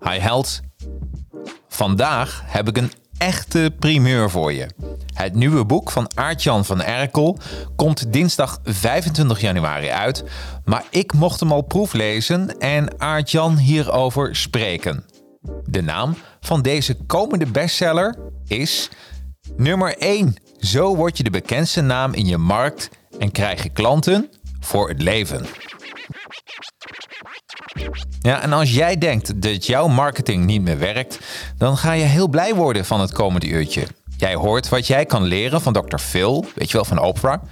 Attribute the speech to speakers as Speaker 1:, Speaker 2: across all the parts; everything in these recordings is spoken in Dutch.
Speaker 1: Hi Held. Vandaag heb ik een echte primeur voor je. Het nieuwe boek van Aartjan van Erkel komt dinsdag 25 januari uit, maar ik mocht hem al proeflezen en Aartjan hierover spreken. De naam van deze komende bestseller is nummer 1. Zo word je de bekendste naam in je markt en krijg je klanten voor het leven. Ja, en als jij denkt dat jouw marketing niet meer werkt, dan ga je heel blij worden van het komende uurtje. Jij hoort wat jij kan leren van Dr. Phil, weet je wel, van Oprah.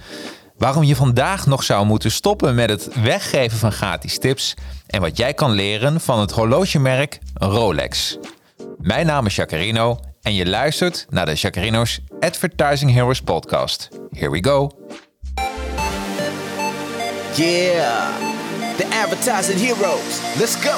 Speaker 1: Waarom je vandaag nog zou moeten stoppen met het weggeven van gratis tips. En wat jij kan leren van het horlogemerk Rolex. Mijn naam is Jacarino en je luistert naar de Jacarino's Advertising Heroes podcast. Here we go.
Speaker 2: Yeah, the advertising heroes. Let's go.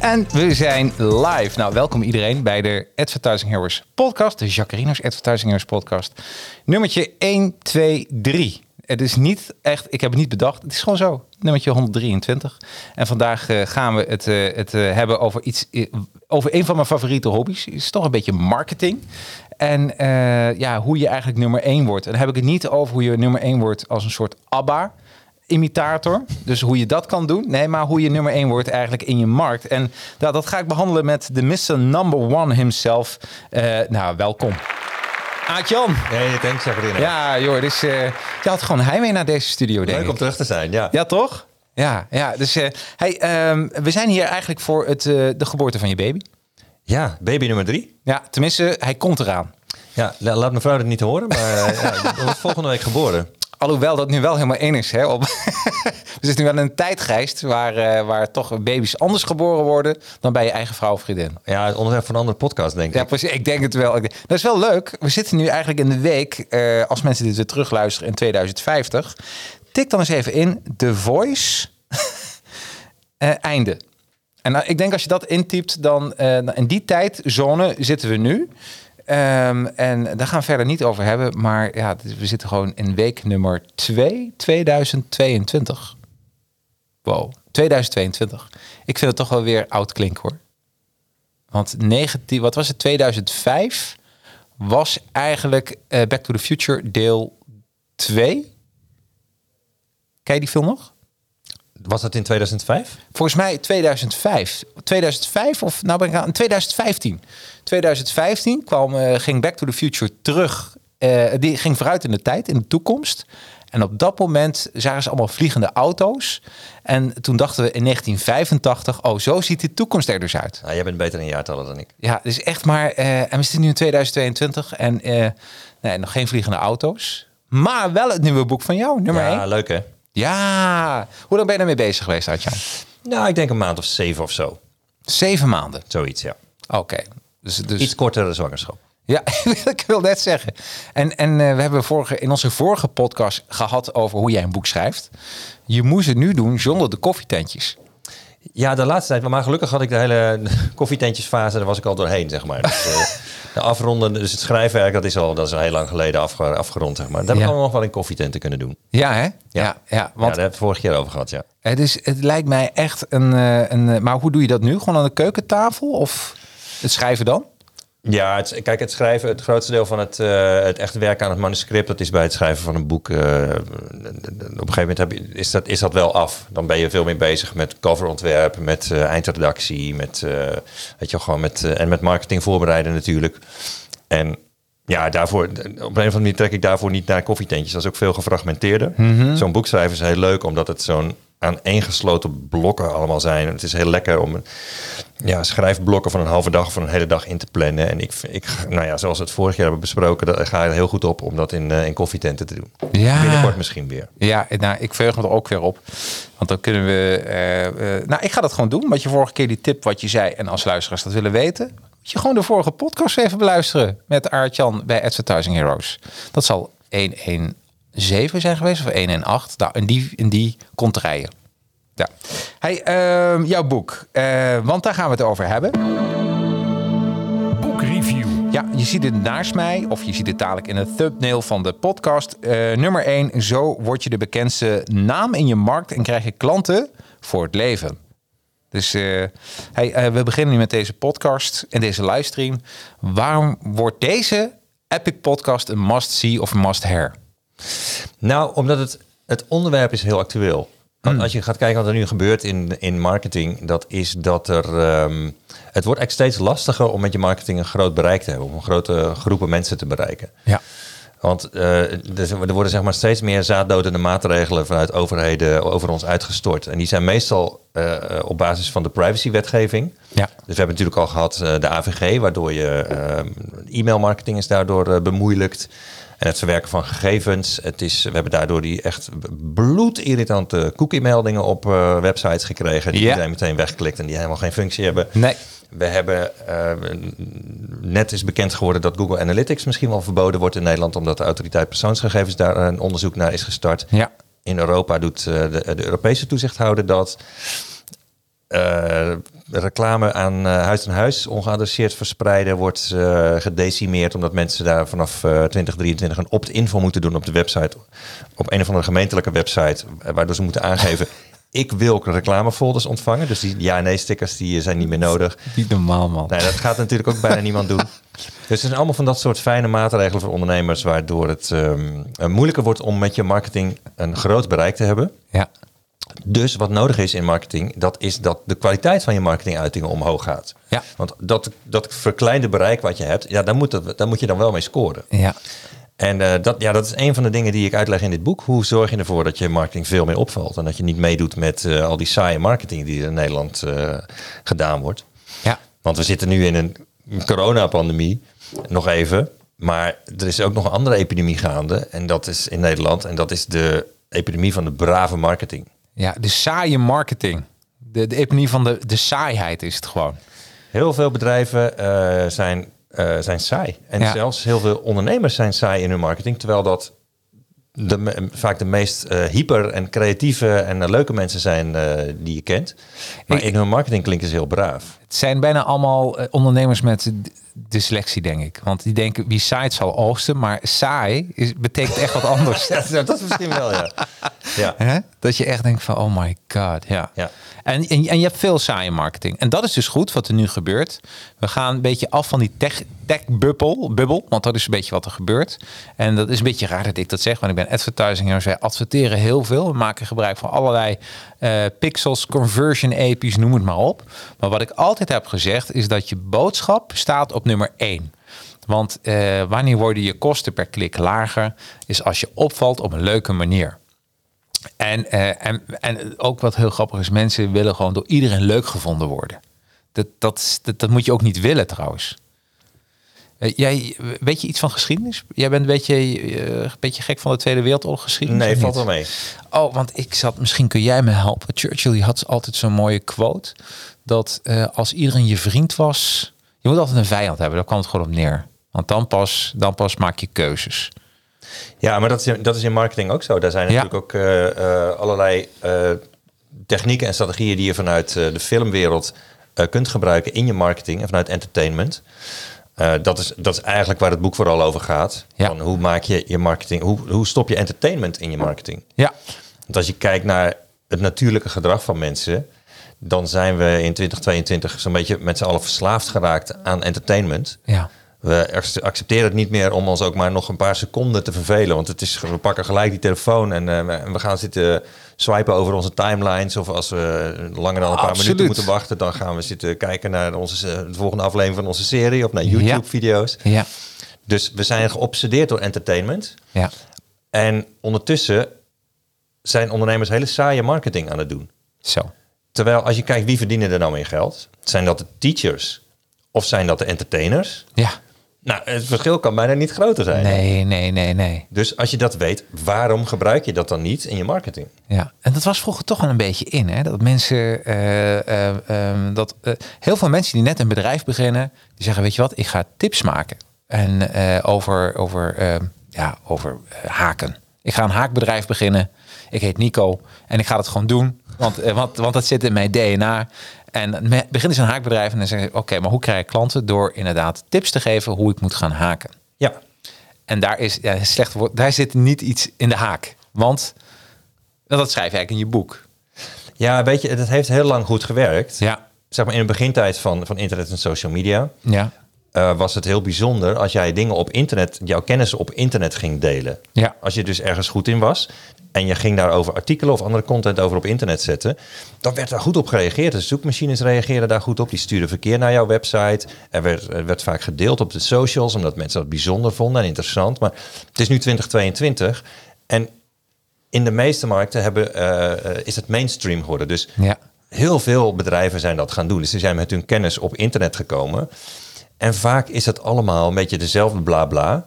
Speaker 1: En we zijn live. Nou, welkom iedereen bij de Advertising Heroes podcast. De Jacarino's Advertising Heroes podcast. Nummertje 1, 2, 3. Het is niet echt, ik heb het niet bedacht. Het is gewoon zo. Nummertje 123. En vandaag eh, gaan we het, eh, het eh, hebben over iets, eh, over een van mijn favoriete hobby's. Het is toch een beetje marketing. En eh, ja, hoe je eigenlijk nummer 1 wordt. En dan heb ik het niet over hoe je nummer 1 wordt als een soort ABBA imitator. Dus hoe je dat kan doen. Nee, maar hoe je nummer 1 wordt eigenlijk in je markt. En nou, dat ga ik behandelen met de Mr. Number One himself. Eh, nou, welkom. Aadjan.
Speaker 3: Hey, thanks Jacarino.
Speaker 1: Ja, joh, dus eh, je had gewoon heimwee naar deze studio, denk
Speaker 3: Leuk om
Speaker 1: ik.
Speaker 3: terug te zijn, ja.
Speaker 1: Ja, toch? Ja, ja. Dus eh, hey, ehm, we zijn hier eigenlijk voor het, eh, de geboorte van je baby.
Speaker 3: Ja, baby nummer drie.
Speaker 1: Ja, tenminste, hij komt eraan.
Speaker 3: Ja, la- laat mijn vrouw het niet horen, maar eh, ja, die wordt volgende week geboren.
Speaker 1: Alhoewel dat nu wel helemaal in is. Hè? Op we zitten nu wel in een tijdgeest waar, eh, waar toch baby's anders geboren worden dan bij je eigen vrouw of vriendin.
Speaker 3: Ja, het onderwerp van een andere podcast, denk ik.
Speaker 1: Ja, precies. Ik denk het wel. Ik denk- Dat is wel leuk. We zitten nu eigenlijk in de week, eh, als mensen dit weer terugluisteren in 2050. Tik dan eens even in The Voice eh, einde. En nou, ik denk als je dat intypt, dan eh, nou, in die tijdzone zitten we nu. Ehm, en daar gaan we verder niet over hebben. Maar ja, dit- we zitten gewoon in week nummer 2, 2022. Wow, 2022. Ik vind het toch wel weer oud klinken hoor. Want 19, wat was het? 2005 was eigenlijk eh, Back to the Future deel 2. Ken je die film nog?
Speaker 3: Was dat in 2005?
Speaker 1: Volgens mij 2005. 2005 of nou ben ik aan 2015. 2015 kwam, eh, ging Back to the Future terug. eh, die ging vooruit in de tijd, in de toekomst. En op dat moment zagen ze allemaal vliegende auto's. En toen dachten we in 1985, oh, zo ziet de toekomst er dus uit.
Speaker 3: Nou, jij bent beter in jaartallen dan ik.
Speaker 1: Ja, dus echt maar. eh, en we zitten nu in 2022 en eh, nee, nog geen vliegende auto's. Maar wel het nieuwe boek van jou, nummer
Speaker 3: ja,
Speaker 1: 1.
Speaker 3: leuk hè?
Speaker 1: Ja. Hoe lang ben je daarmee bezig geweest, Adjan?
Speaker 3: Nou, ik denk een maand of zeven of zo.
Speaker 1: Zeven maanden.
Speaker 3: Zoiets, ja.
Speaker 1: Oké. Dus, dus
Speaker 3: Iets kortere zwangerschap.
Speaker 1: Ja, ik wil net zeggen. En, en eh, we hebben vorige, in onze vorige podcast gehad over hoe jij een boek schrijft. Je moest het nu doen zonder de koffietentjes.
Speaker 3: Ja, de laatste tijd. Maar gelukkig had ik de hele koffietentjesfase, daar was ik al doorheen, zeg maar. Dus, eh, de afronden, dus het schrijfwerk, dat is al, dat is al heel lang geleden afge- afgerond, zeg maar. Dat
Speaker 1: Ja.
Speaker 3: hebben we nog wel in koffietenten kunnen doen.
Speaker 1: Ja, hè? Ja, ja,
Speaker 3: Want...
Speaker 1: want
Speaker 3: Ja, daar hebben we het vorige keer over gehad, ja.
Speaker 1: Het, is, het lijkt mij echt een, eh, een... eh, Maar hoe doe je dat nu? Gewoon aan de keukentafel of het schrijven dan?
Speaker 3: Ja, het, kijk, het schrijven, het grootste deel van het, eh, het echt werk aan het manuscript, dat is bij het schrijven van een boek. eh, op een gegeven moment heb je, is, dat, is dat wel af. Dan ben je veel meer bezig met coverontwerp, met eh, eindredactie, met, eh, weet je, wel, gewoon met, eh, en met marketing voorbereiden natuurlijk. En Ja, daarvoor, op een of andere manier trek ik daarvoor niet naar koffietentjes. Dat is ook veel gefragmenteerder. Zo'n boekschrijver is heel leuk, omdat het zo'n aaneengesloten blokken allemaal zijn. En het is heel lekker om een, ja, schrijfblokken van een halve dag of van een hele dag in te plannen. En ik, ik nou ja, zoals we het vorig jaar hebben besproken, daar ga ik er heel goed op om dat in, eh, in koffietenten te doen.
Speaker 1: Ja.
Speaker 3: Binnenkort misschien weer.
Speaker 1: Ja, nou, ik verheug me er ook weer op. Want dan kunnen we... eh, eh, nou, ik ga dat gewoon doen. Want je vorige keer die tip wat je zei... en als luisteraars dat willen weten... moet je gewoon de vorige podcast even beluisteren... met Aartjan bij Advertising Heroes. Dat zal 117 zijn geweest of 118. Nou, in die, in die komt rijden. Ja. Hey, ehm, jouw boek. Eh, want daar gaan we het over hebben.
Speaker 4: Boekreview.
Speaker 1: Ja, je ziet het naast mij, of je ziet het dadelijk in het thumbnail van de podcast. Eh, nummer 1, zo word je de bekendste naam in je markt en krijg je klanten voor het leven. Dus eh, hey, eh, we beginnen nu met deze podcast en deze livestream. Waarom wordt deze epic podcast een must-see of must-hear?
Speaker 3: Nou, omdat het, het onderwerp is heel actueel. Want als je gaat kijken wat er nu gebeurt in, in marketing, dat is dat er. ehm, het wordt echt steeds lastiger om met je marketing een groot bereik te hebben, om grote groepen mensen te bereiken.
Speaker 1: Ja.
Speaker 3: Want eh, er zijn- er worden zeg maar steeds meer zaaddodende maatregelen vanuit overheden over ons uitgestort. En die zijn meestal eh, op basis van de privacywetgeving.
Speaker 1: Ja.
Speaker 3: Dus we hebben natuurlijk al gehad eh, de AVG, waardoor je ehm, e-mailmarketing is daardoor eh, bemoeilijkt. En het verwerken van gegevens. Het is, we hebben daardoor die echt bloedirritante cookie-meldingen op eh, websites gekregen. Die
Speaker 1: Ja.
Speaker 3: iedereen meteen wegklikt en die helemaal geen functie hebben.
Speaker 1: Nee.
Speaker 3: We hebben, eh, net is bekend geworden dat Google Analytics misschien wel verboden wordt in Nederland, omdat de autoriteit persoonsgegevens daar een onderzoek naar is gestart.
Speaker 1: Ja.
Speaker 3: In Europa doet eh, de, de Europese toezichthouder dat. Eh, reclame aan eh, huis aan huis, ongeadresseerd verspreiden, wordt eh, gedecimeerd omdat mensen daar vanaf eh, 2023 een opt-in voor moeten doen op de website, op een of andere gemeentelijke website, eh, waardoor ze moeten aangeven. Ik wil reclamefolders ontvangen. Dus die ja-nee-stickers die eh, zijn niet meer nodig.
Speaker 1: Niet normaal, man.
Speaker 3: Nee, dat gaat natuurlijk ook bijna niemand doen. Dus er zijn allemaal van dat soort fijne maatregelen voor ondernemers, waardoor het ehm, eh, moeilijker wordt om met je marketing een groot bereik te hebben.
Speaker 1: Ja.
Speaker 3: Dus wat nodig is in marketing, dat is dat de kwaliteit van je marketinguitingen omhoog gaat.
Speaker 1: Ja.
Speaker 3: Want dat, dat verkleinde bereik wat je hebt, ja, daar, moet het, daar moet je dan wel mee scoren.
Speaker 1: Ja.
Speaker 3: En eh, dat, ja, dat is een van de dingen die ik uitleg in dit boek. Hoe zorg je ervoor dat je marketing veel meer opvalt en dat je niet meedoet met eh, al die saaie marketing die in Nederland eh, gedaan wordt.
Speaker 1: Ja.
Speaker 3: Want we zitten nu in een coronapandemie, nog even. Maar er is ook nog een andere epidemie gaande. En dat is in Nederland. En dat is de epidemie van de brave marketing.
Speaker 1: Ja, de saaie marketing. De, de epidemie van de, de saaiheid is het gewoon.
Speaker 3: Heel veel bedrijven eh, zijn, eh, zijn saai. En
Speaker 1: Ja.
Speaker 3: zelfs heel veel ondernemers zijn saai in hun marketing. Terwijl dat de, me- vaak de meest eh, hyper en creatieve en eh, leuke mensen zijn eh, die je kent. Maar
Speaker 1: Ik-
Speaker 3: in hun marketing klinken ze heel braaf.
Speaker 1: Het zijn bijna allemaal eh, ondernemers met d- dyslexie, denk ik. Want die denken, wie saait zal oogsten. Maar saai is, betekent echt wat anders.
Speaker 3: Ja, nou, dat is misschien wel, ja. ja.
Speaker 1: Hè? Dat je echt denkt van, oh my god, ja.
Speaker 3: Ja.
Speaker 1: En, en, en je hebt veel saaie marketing. En dat is dus goed wat er nu gebeurt. We gaan een beetje af van die tech, tech bubbel, bubbel, want dat is een beetje wat er gebeurt. En dat is een beetje raar dat ik dat zeg, want ik ben advertising en wij adverteren heel veel. We maken gebruik van allerlei eh, pixels, conversion API's, noem het maar op. Maar wat ik altijd heb gezegd is dat je boodschap staat op nummer één. Want eh, wanneer worden je kosten per klik lager? Is als je opvalt op een leuke manier. En, eh, en, en ook wat heel grappig is, mensen willen gewoon door iedereen leuk gevonden worden. Dat, dat, is- dat, dat moet je ook niet willen trouwens. Eh, Jij, weet je iets van geschiedenis? Jij bent een beetje, eh, een beetje gek van de Tweede Wereldoorlog geschiedenis?
Speaker 3: Nee,
Speaker 1: of
Speaker 3: valt
Speaker 1: niet?
Speaker 3: wel mee.
Speaker 1: Oh, want ik zat, misschien kun jij me helpen. Churchill die had altijd zo'n mooie quote. Dat eh, als iedereen je vriend was, je moet altijd een vijand hebben. Daar kwam het gewoon op neer. Want dan pas, dan pas maak je keuzes.
Speaker 3: Ja, maar dat is, dat is in marketing ook zo. Daar zijn
Speaker 1: Ja.
Speaker 3: natuurlijk ook eh, eh, allerlei eh, technieken en strategieën die je vanuit eh, de filmwereld eh, kunt gebruiken in je marketing en vanuit entertainment. Eh, dat, is, dat is eigenlijk waar het boek vooral over gaat.
Speaker 1: Ja.
Speaker 3: Van hoe maak je je marketing, hoe, hoe stop je entertainment in je marketing?
Speaker 1: Ja,
Speaker 3: Want als je kijkt naar het natuurlijke gedrag van mensen, dan zijn we in 2022 zo'n beetje met z'n allen verslaafd geraakt aan entertainment.
Speaker 1: ja.
Speaker 3: We ac- accepteren het niet meer om ons ook maar nog een paar seconden te vervelen. Want het is, we pakken gelijk die telefoon en eh, we- we gaan zitten swipen over onze timelines. Of als we langer dan een paar
Speaker 1: Absoluut.
Speaker 3: minuten moeten wachten, dan gaan we zitten kijken naar onze, eh, de volgende aflevering van onze serie of naar YouTube-video's.
Speaker 1: Ja.
Speaker 3: Dus we zijn geobsedeerd door entertainment.
Speaker 1: Ja.
Speaker 3: En ondertussen zijn ondernemers hele saaie marketing aan het doen.
Speaker 1: Zo.
Speaker 3: Terwijl als je kijkt wie verdienen er nou meer geld, zijn dat de teachers of zijn dat de entertainers?
Speaker 1: Ja.
Speaker 3: Nou, het verschil kan bijna niet groter zijn.
Speaker 1: Nee, nee, nee, nee.
Speaker 3: Dus als je dat weet, waarom gebruik je dat dan niet in je marketing?
Speaker 1: Ja, en dat was vroeger toch wel een beetje in, hè? Dat mensen, eh, eh, ehm, dat eh, heel veel mensen die net een bedrijf beginnen, die zeggen, weet je wat, ik ga tips maken en eh, over over ehm, ja over eh, haken. Ik ga een haakbedrijf beginnen. Ik heet Nico en ik ga dat gewoon doen, want eh, want want dat zit in mijn DNA. En me- beginnen ze een haakbedrijf en dan zeggen ze, oké, maar hoe krijg ik klanten door inderdaad tips te geven hoe ik moet gaan haken.
Speaker 3: Ja,
Speaker 1: En daar is ja, een slecht woord, daar zit niet iets in de haak, want nou, dat schrijf je eigenlijk in je boek.
Speaker 3: ja weet je, dat heeft heel lang goed gewerkt.
Speaker 1: Ja,
Speaker 3: Zeg maar in de begintijd van, van internet en social media
Speaker 1: ja,
Speaker 3: eh, was het heel bijzonder als jij dingen op internet, jouw kennis op internet ging delen.
Speaker 1: Ja.
Speaker 3: Als je dus ergens goed in was en je ging daarover artikelen of andere content over op internet zetten, dan werd daar goed op gereageerd. De zoekmachines reageerden daar goed op, die stuurden verkeer naar jouw website. Er werd, er werd vaak gedeeld op de socials omdat mensen dat bijzonder vonden en interessant. Maar het is nu 2022 en in de meeste markten hebben, eh, eh, is het mainstream geworden. Dus
Speaker 1: Ja.
Speaker 3: heel veel bedrijven zijn dat gaan doen. Dus ze zijn met hun kennis op internet gekomen. En vaak is dat allemaal een beetje dezelfde bla bla.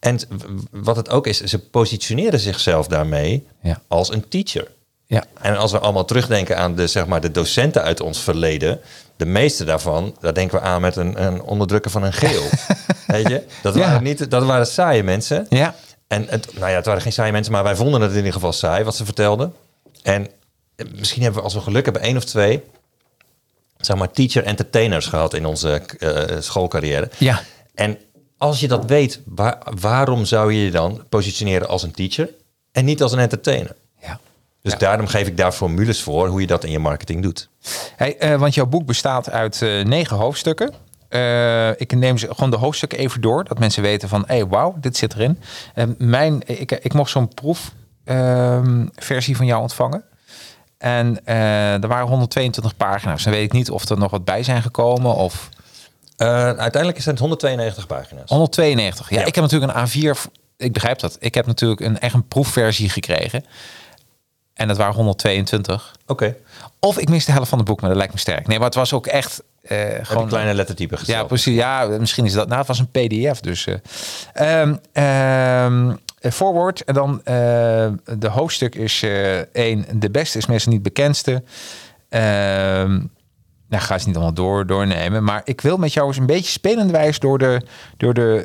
Speaker 3: En w- wat het ook is, ze positioneren zichzelf daarmee
Speaker 1: Ja.
Speaker 3: als een teacher.
Speaker 1: ja,
Speaker 3: En als we allemaal terugdenken aan de, zeg maar, de docenten uit ons verleden, de meeste daarvan, daar denken we aan met een, een onderdrukken van een geel. Weet je? Dat,
Speaker 1: Ja.
Speaker 3: waren niet, dat waren saaie mensen.
Speaker 1: Ja.
Speaker 3: En het, nou ja, het waren geen saaie mensen, maar wij vonden het in ieder geval saai wat ze vertelden. En eh, misschien hebben we, als we geluk hebben, één of twee, zeg maar, teacher-entertainers gehad in onze eh, schoolcarrière.
Speaker 1: Ja.
Speaker 3: En als je dat weet, waar- waarom zou je je dan positioneren als een teacher en niet als een entertainer?
Speaker 1: ja.
Speaker 3: Dus
Speaker 1: Ja.
Speaker 3: daarom geef ik daar formules voor hoe je dat in je marketing doet.
Speaker 1: Hey, eh, want jouw boek bestaat uit eh, negen hoofdstukken. Eh, ik neem ze gewoon de hoofdstukken even door, dat mensen weten van, hey, wauw, dit zit erin. Eh, mijn, ik, ik mocht zo'n proefversie van jou ontvangen. En eh, er waren 122 pagina's. Dan weet ik niet of er nog wat bij zijn gekomen of
Speaker 3: Eh, uiteindelijk zijn het 192 pagina's.
Speaker 1: 192. Ja,
Speaker 3: Ja.
Speaker 1: ik heb natuurlijk een A4. Ik begrijp dat. Ik heb natuurlijk een echt een proefversie gekregen. En dat waren 122.
Speaker 3: Oké,
Speaker 1: Of ik mis de helft van het boek, maar dat lijkt me sterk. Nee, maar het was ook echt eh,
Speaker 3: heb je
Speaker 1: gewoon...
Speaker 3: kleine lettertypen gesteld.
Speaker 1: ja, precies. Ja, misschien is dat... Nou, het was een pdf, dus... eh ehm, ehm, eh, Voorwoord. En dan eh, de hoofdstuk is eh één. De beste is meestal niet bekendste. Ehm nou, ik ga ze niet allemaal door, doornemen. Maar ik wil met jou eens een beetje spelenderwijs door de, door de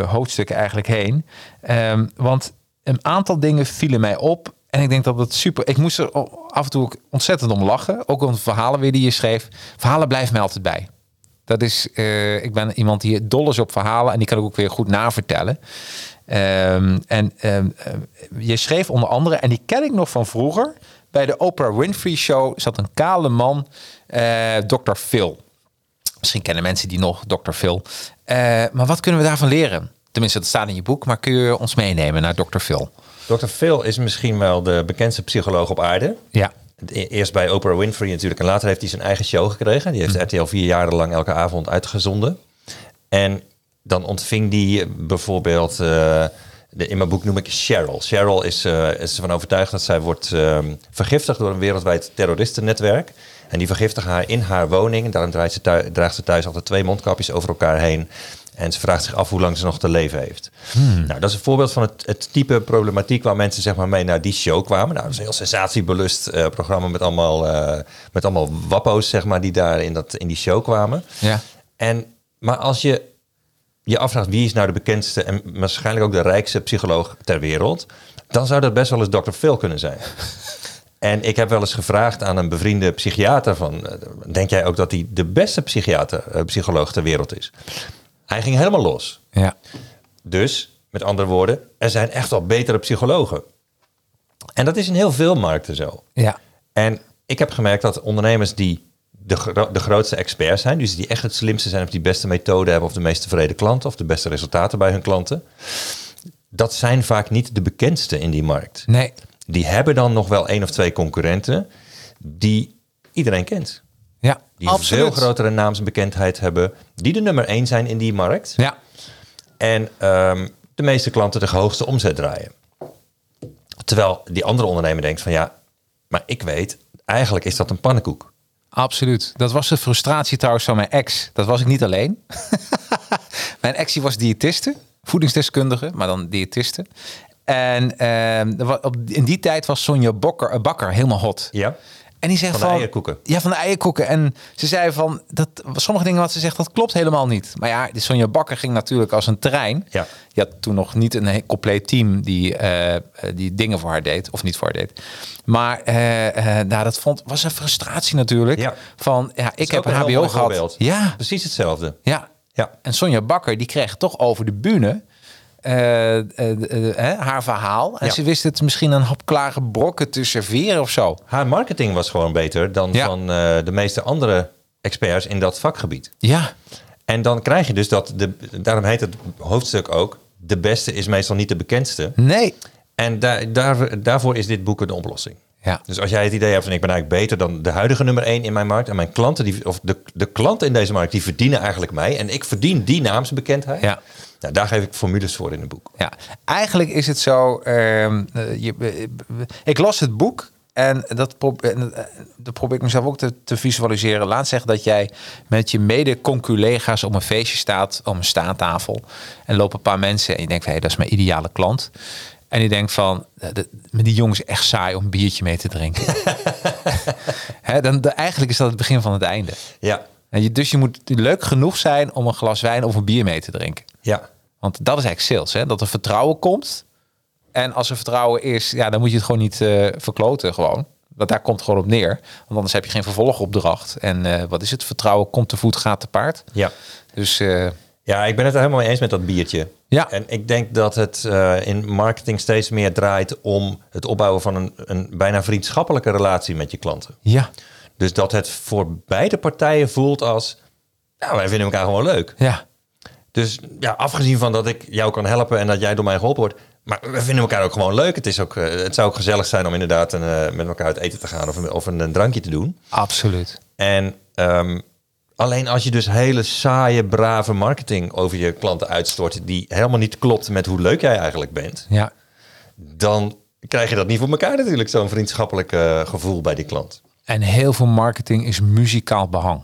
Speaker 1: eh, hoofdstukken eigenlijk heen. Ehm, want een aantal dingen vielen mij op. En ik denk dat dat super... Ik moest er o- af en toe ook ontzettend om lachen. Ook om de verhalen weer die je schreef. Verhalen blijven mij altijd bij. Dat is, eh, ik ben iemand die dol is op verhalen. En die kan ik ook weer goed navertellen. Ehm, en ehm, ehm, je schreef onder andere, en die ken ik nog van vroeger. Bij de Oprah Winfrey Show zat een kale man, eh Dr. Phil. Misschien kennen mensen die nog, Dr. Phil. Eh, maar wat kunnen we daarvan leren? Tenminste, dat staat in je boek, maar kun je ons meenemen naar Dr. Phil?
Speaker 3: Dr. Phil is misschien wel de bekendste psycholoog op aarde.
Speaker 1: Ja.
Speaker 3: E- Eerst bij Oprah Winfrey natuurlijk. En later heeft hij zijn eigen show gekregen. Die heeft RTL vier jaren lang elke avond uitgezonden. En dan ontving die bijvoorbeeld... eh, de, in mijn boek noem ik Cheryl. Cheryl is, eh, is ervan overtuigd dat zij wordt ehm, vergiftigd... door een wereldwijd terroristennetwerk. En die vergiftigen haar in haar woning. Daarom draait ze thui- draagt ze thuis altijd twee mondkapjes over elkaar heen. En ze vraagt zich af hoe lang ze nog te leven heeft. Nou, dat is een voorbeeld van het, het type problematiek waar mensen zeg maar, mee naar die show kwamen. Nou, dat is een heel sensatiebelust eh, programma met allemaal, eh, met allemaal wappo's zeg maar, die daar in, dat, in die show kwamen.
Speaker 1: Ja.
Speaker 3: En, maar als je je afvraagt wie is nou de bekendste en waarschijnlijk ook de rijkste psycholoog ter wereld, dan zou dat best wel eens Dr. Phil kunnen zijn. En ik heb wel eens gevraagd aan een bevriende psychiater van, eh, denk jij ook dat hij de beste psychiater, eh, psycholoog ter wereld is? Hij ging helemaal los.
Speaker 1: Ja.
Speaker 3: Dus, met andere woorden, er zijn echt wel betere psychologen. En dat is in heel veel markten zo.
Speaker 1: Ja.
Speaker 3: En ik heb gemerkt dat ondernemers die de, gro- de grootste experts zijn, dus die echt het slimste zijn of die beste methode hebben of de meest tevreden klanten of de beste resultaten bij hun klanten, dat zijn vaak niet de bekendste in die markt.
Speaker 1: Nee.
Speaker 3: Die hebben dan nog wel één of twee concurrenten die iedereen kent.
Speaker 1: Ja.
Speaker 3: Die een veel grotere naamsbekendheid hebben, die de nummer één zijn in die markt.
Speaker 1: Ja.
Speaker 3: En ehm, de meeste klanten de hoogste omzet draaien. Terwijl die andere ondernemer denkt van ja, maar ik weet, eigenlijk is dat een pannenkoek.
Speaker 1: Absoluut. Dat was de frustratie trouwens van mijn ex. Dat was ik niet alleen. mijn ex die was diëtiste, voedingsdeskundige, maar dan diëtiste. En ehm, er wa- op- in die tijd was Sonja Bokker, eh, Bakker helemaal hot.
Speaker 3: Ja.
Speaker 1: En die zegt
Speaker 3: Van de eierkoeken.
Speaker 1: Ja, van de eierkoeken. En ze zei van, dat, sommige dingen wat ze zegt, dat klopt helemaal niet. Maar ja, die Sonja Bakker ging natuurlijk als een trein.
Speaker 3: Ja.
Speaker 1: Je had toen nog niet een he- compleet team die, eh, eh, die dingen voor haar deed. Of niet voor haar deed. Maar eh, eh, nou, dat vond, was een frustratie natuurlijk.
Speaker 3: Ja.
Speaker 1: Van, ja, ik
Speaker 3: Dat
Speaker 1: heb
Speaker 3: is ook een heel
Speaker 1: hbo
Speaker 3: mooi
Speaker 1: gehad.
Speaker 3: voorbeeld.
Speaker 1: Ja,
Speaker 3: Precies hetzelfde.
Speaker 1: ja.
Speaker 3: Ja.
Speaker 1: En Sonja Bakker, die kreeg toch over de bühne eh, eh, eh, hè, haar verhaal. En
Speaker 3: Ja.
Speaker 1: ze wist het misschien een hapklare brokken te serveren of zo.
Speaker 3: Haar marketing was gewoon beter dan
Speaker 1: Ja.
Speaker 3: van eh, de meeste andere experts in dat vakgebied.
Speaker 1: Ja,
Speaker 3: En dan krijg je dus dat, de, daarom heet het hoofdstuk ook, de beste is meestal niet de bekendste.
Speaker 1: nee.
Speaker 3: En daar, daar, daarvoor is dit boek de oplossing.
Speaker 1: Ja.
Speaker 3: Dus als jij het idee hebt van ik ben eigenlijk beter dan de huidige nummer 1 in mijn markt. En mijn klanten, die, of de, de klanten in deze markt, die verdienen eigenlijk mij. En ik verdien die naamsbekendheid.
Speaker 1: Ja.
Speaker 3: Nou, daar geef ik formules voor in het boek.
Speaker 1: Ja, eigenlijk is het zo. ehm, eh, je, eh, ik las het boek en dat, pro- en, eh, dat probeer ik mezelf ook te, te visualiseren. Laat zeggen dat jij met je mede-conculega's om een feestje staat, om een staattafel. En lopen een paar mensen en je denkt: hé, hey, dat is mijn ideale klant. En je denkt van, eh, dat- met die jongens echt saai om een biertje mee te drinken. Hè, dan, dan- eigenlijk is dat het begin van het einde.
Speaker 3: Ja,
Speaker 1: En je, dus je moet leuk genoeg zijn om een glas wijn of een bier mee te drinken.
Speaker 3: ja.
Speaker 1: Want dat is eigenlijk sales, hè? dat er vertrouwen komt. En als er vertrouwen is, ja, dan moet je het gewoon niet eh, verkloten gewoon. Want daar komt het gewoon op neer. Want anders heb je geen vervolgopdracht. En eh, wat is het? Vertrouwen komt te voet, gaat te paard.
Speaker 3: ja.
Speaker 1: Dus eh,
Speaker 3: Ja, ik ben het er helemaal mee eens met dat biertje.
Speaker 1: Ja.
Speaker 3: En ik denk dat het eh, in marketing steeds meer draait om het opbouwen van een, een bijna vriendschappelijke relatie met je klanten.
Speaker 1: ja,
Speaker 3: Dus dat het voor beide partijen voelt als, nou, wij vinden elkaar gewoon leuk.
Speaker 1: ja,
Speaker 3: Dus ja, afgezien van dat ik jou kan helpen en dat jij door mij geholpen wordt. Maar we vinden elkaar ook gewoon leuk. Het, is ook, eh, het zou ook gezellig zijn om inderdaad een, eh, met elkaar uit eten te gaan of, een- of een, een drankje te doen.
Speaker 1: absoluut.
Speaker 3: En ehm, alleen als je dus hele saaie, brave marketing over je klanten uitstort... die helemaal niet klopt met hoe leuk jij eigenlijk bent...
Speaker 1: Ja,
Speaker 3: dan krijg je dat niet voor elkaar natuurlijk, zo'n vriendschappelijk eh, gevoel bij die klant.
Speaker 1: en heel veel marketing is muzikaal behang.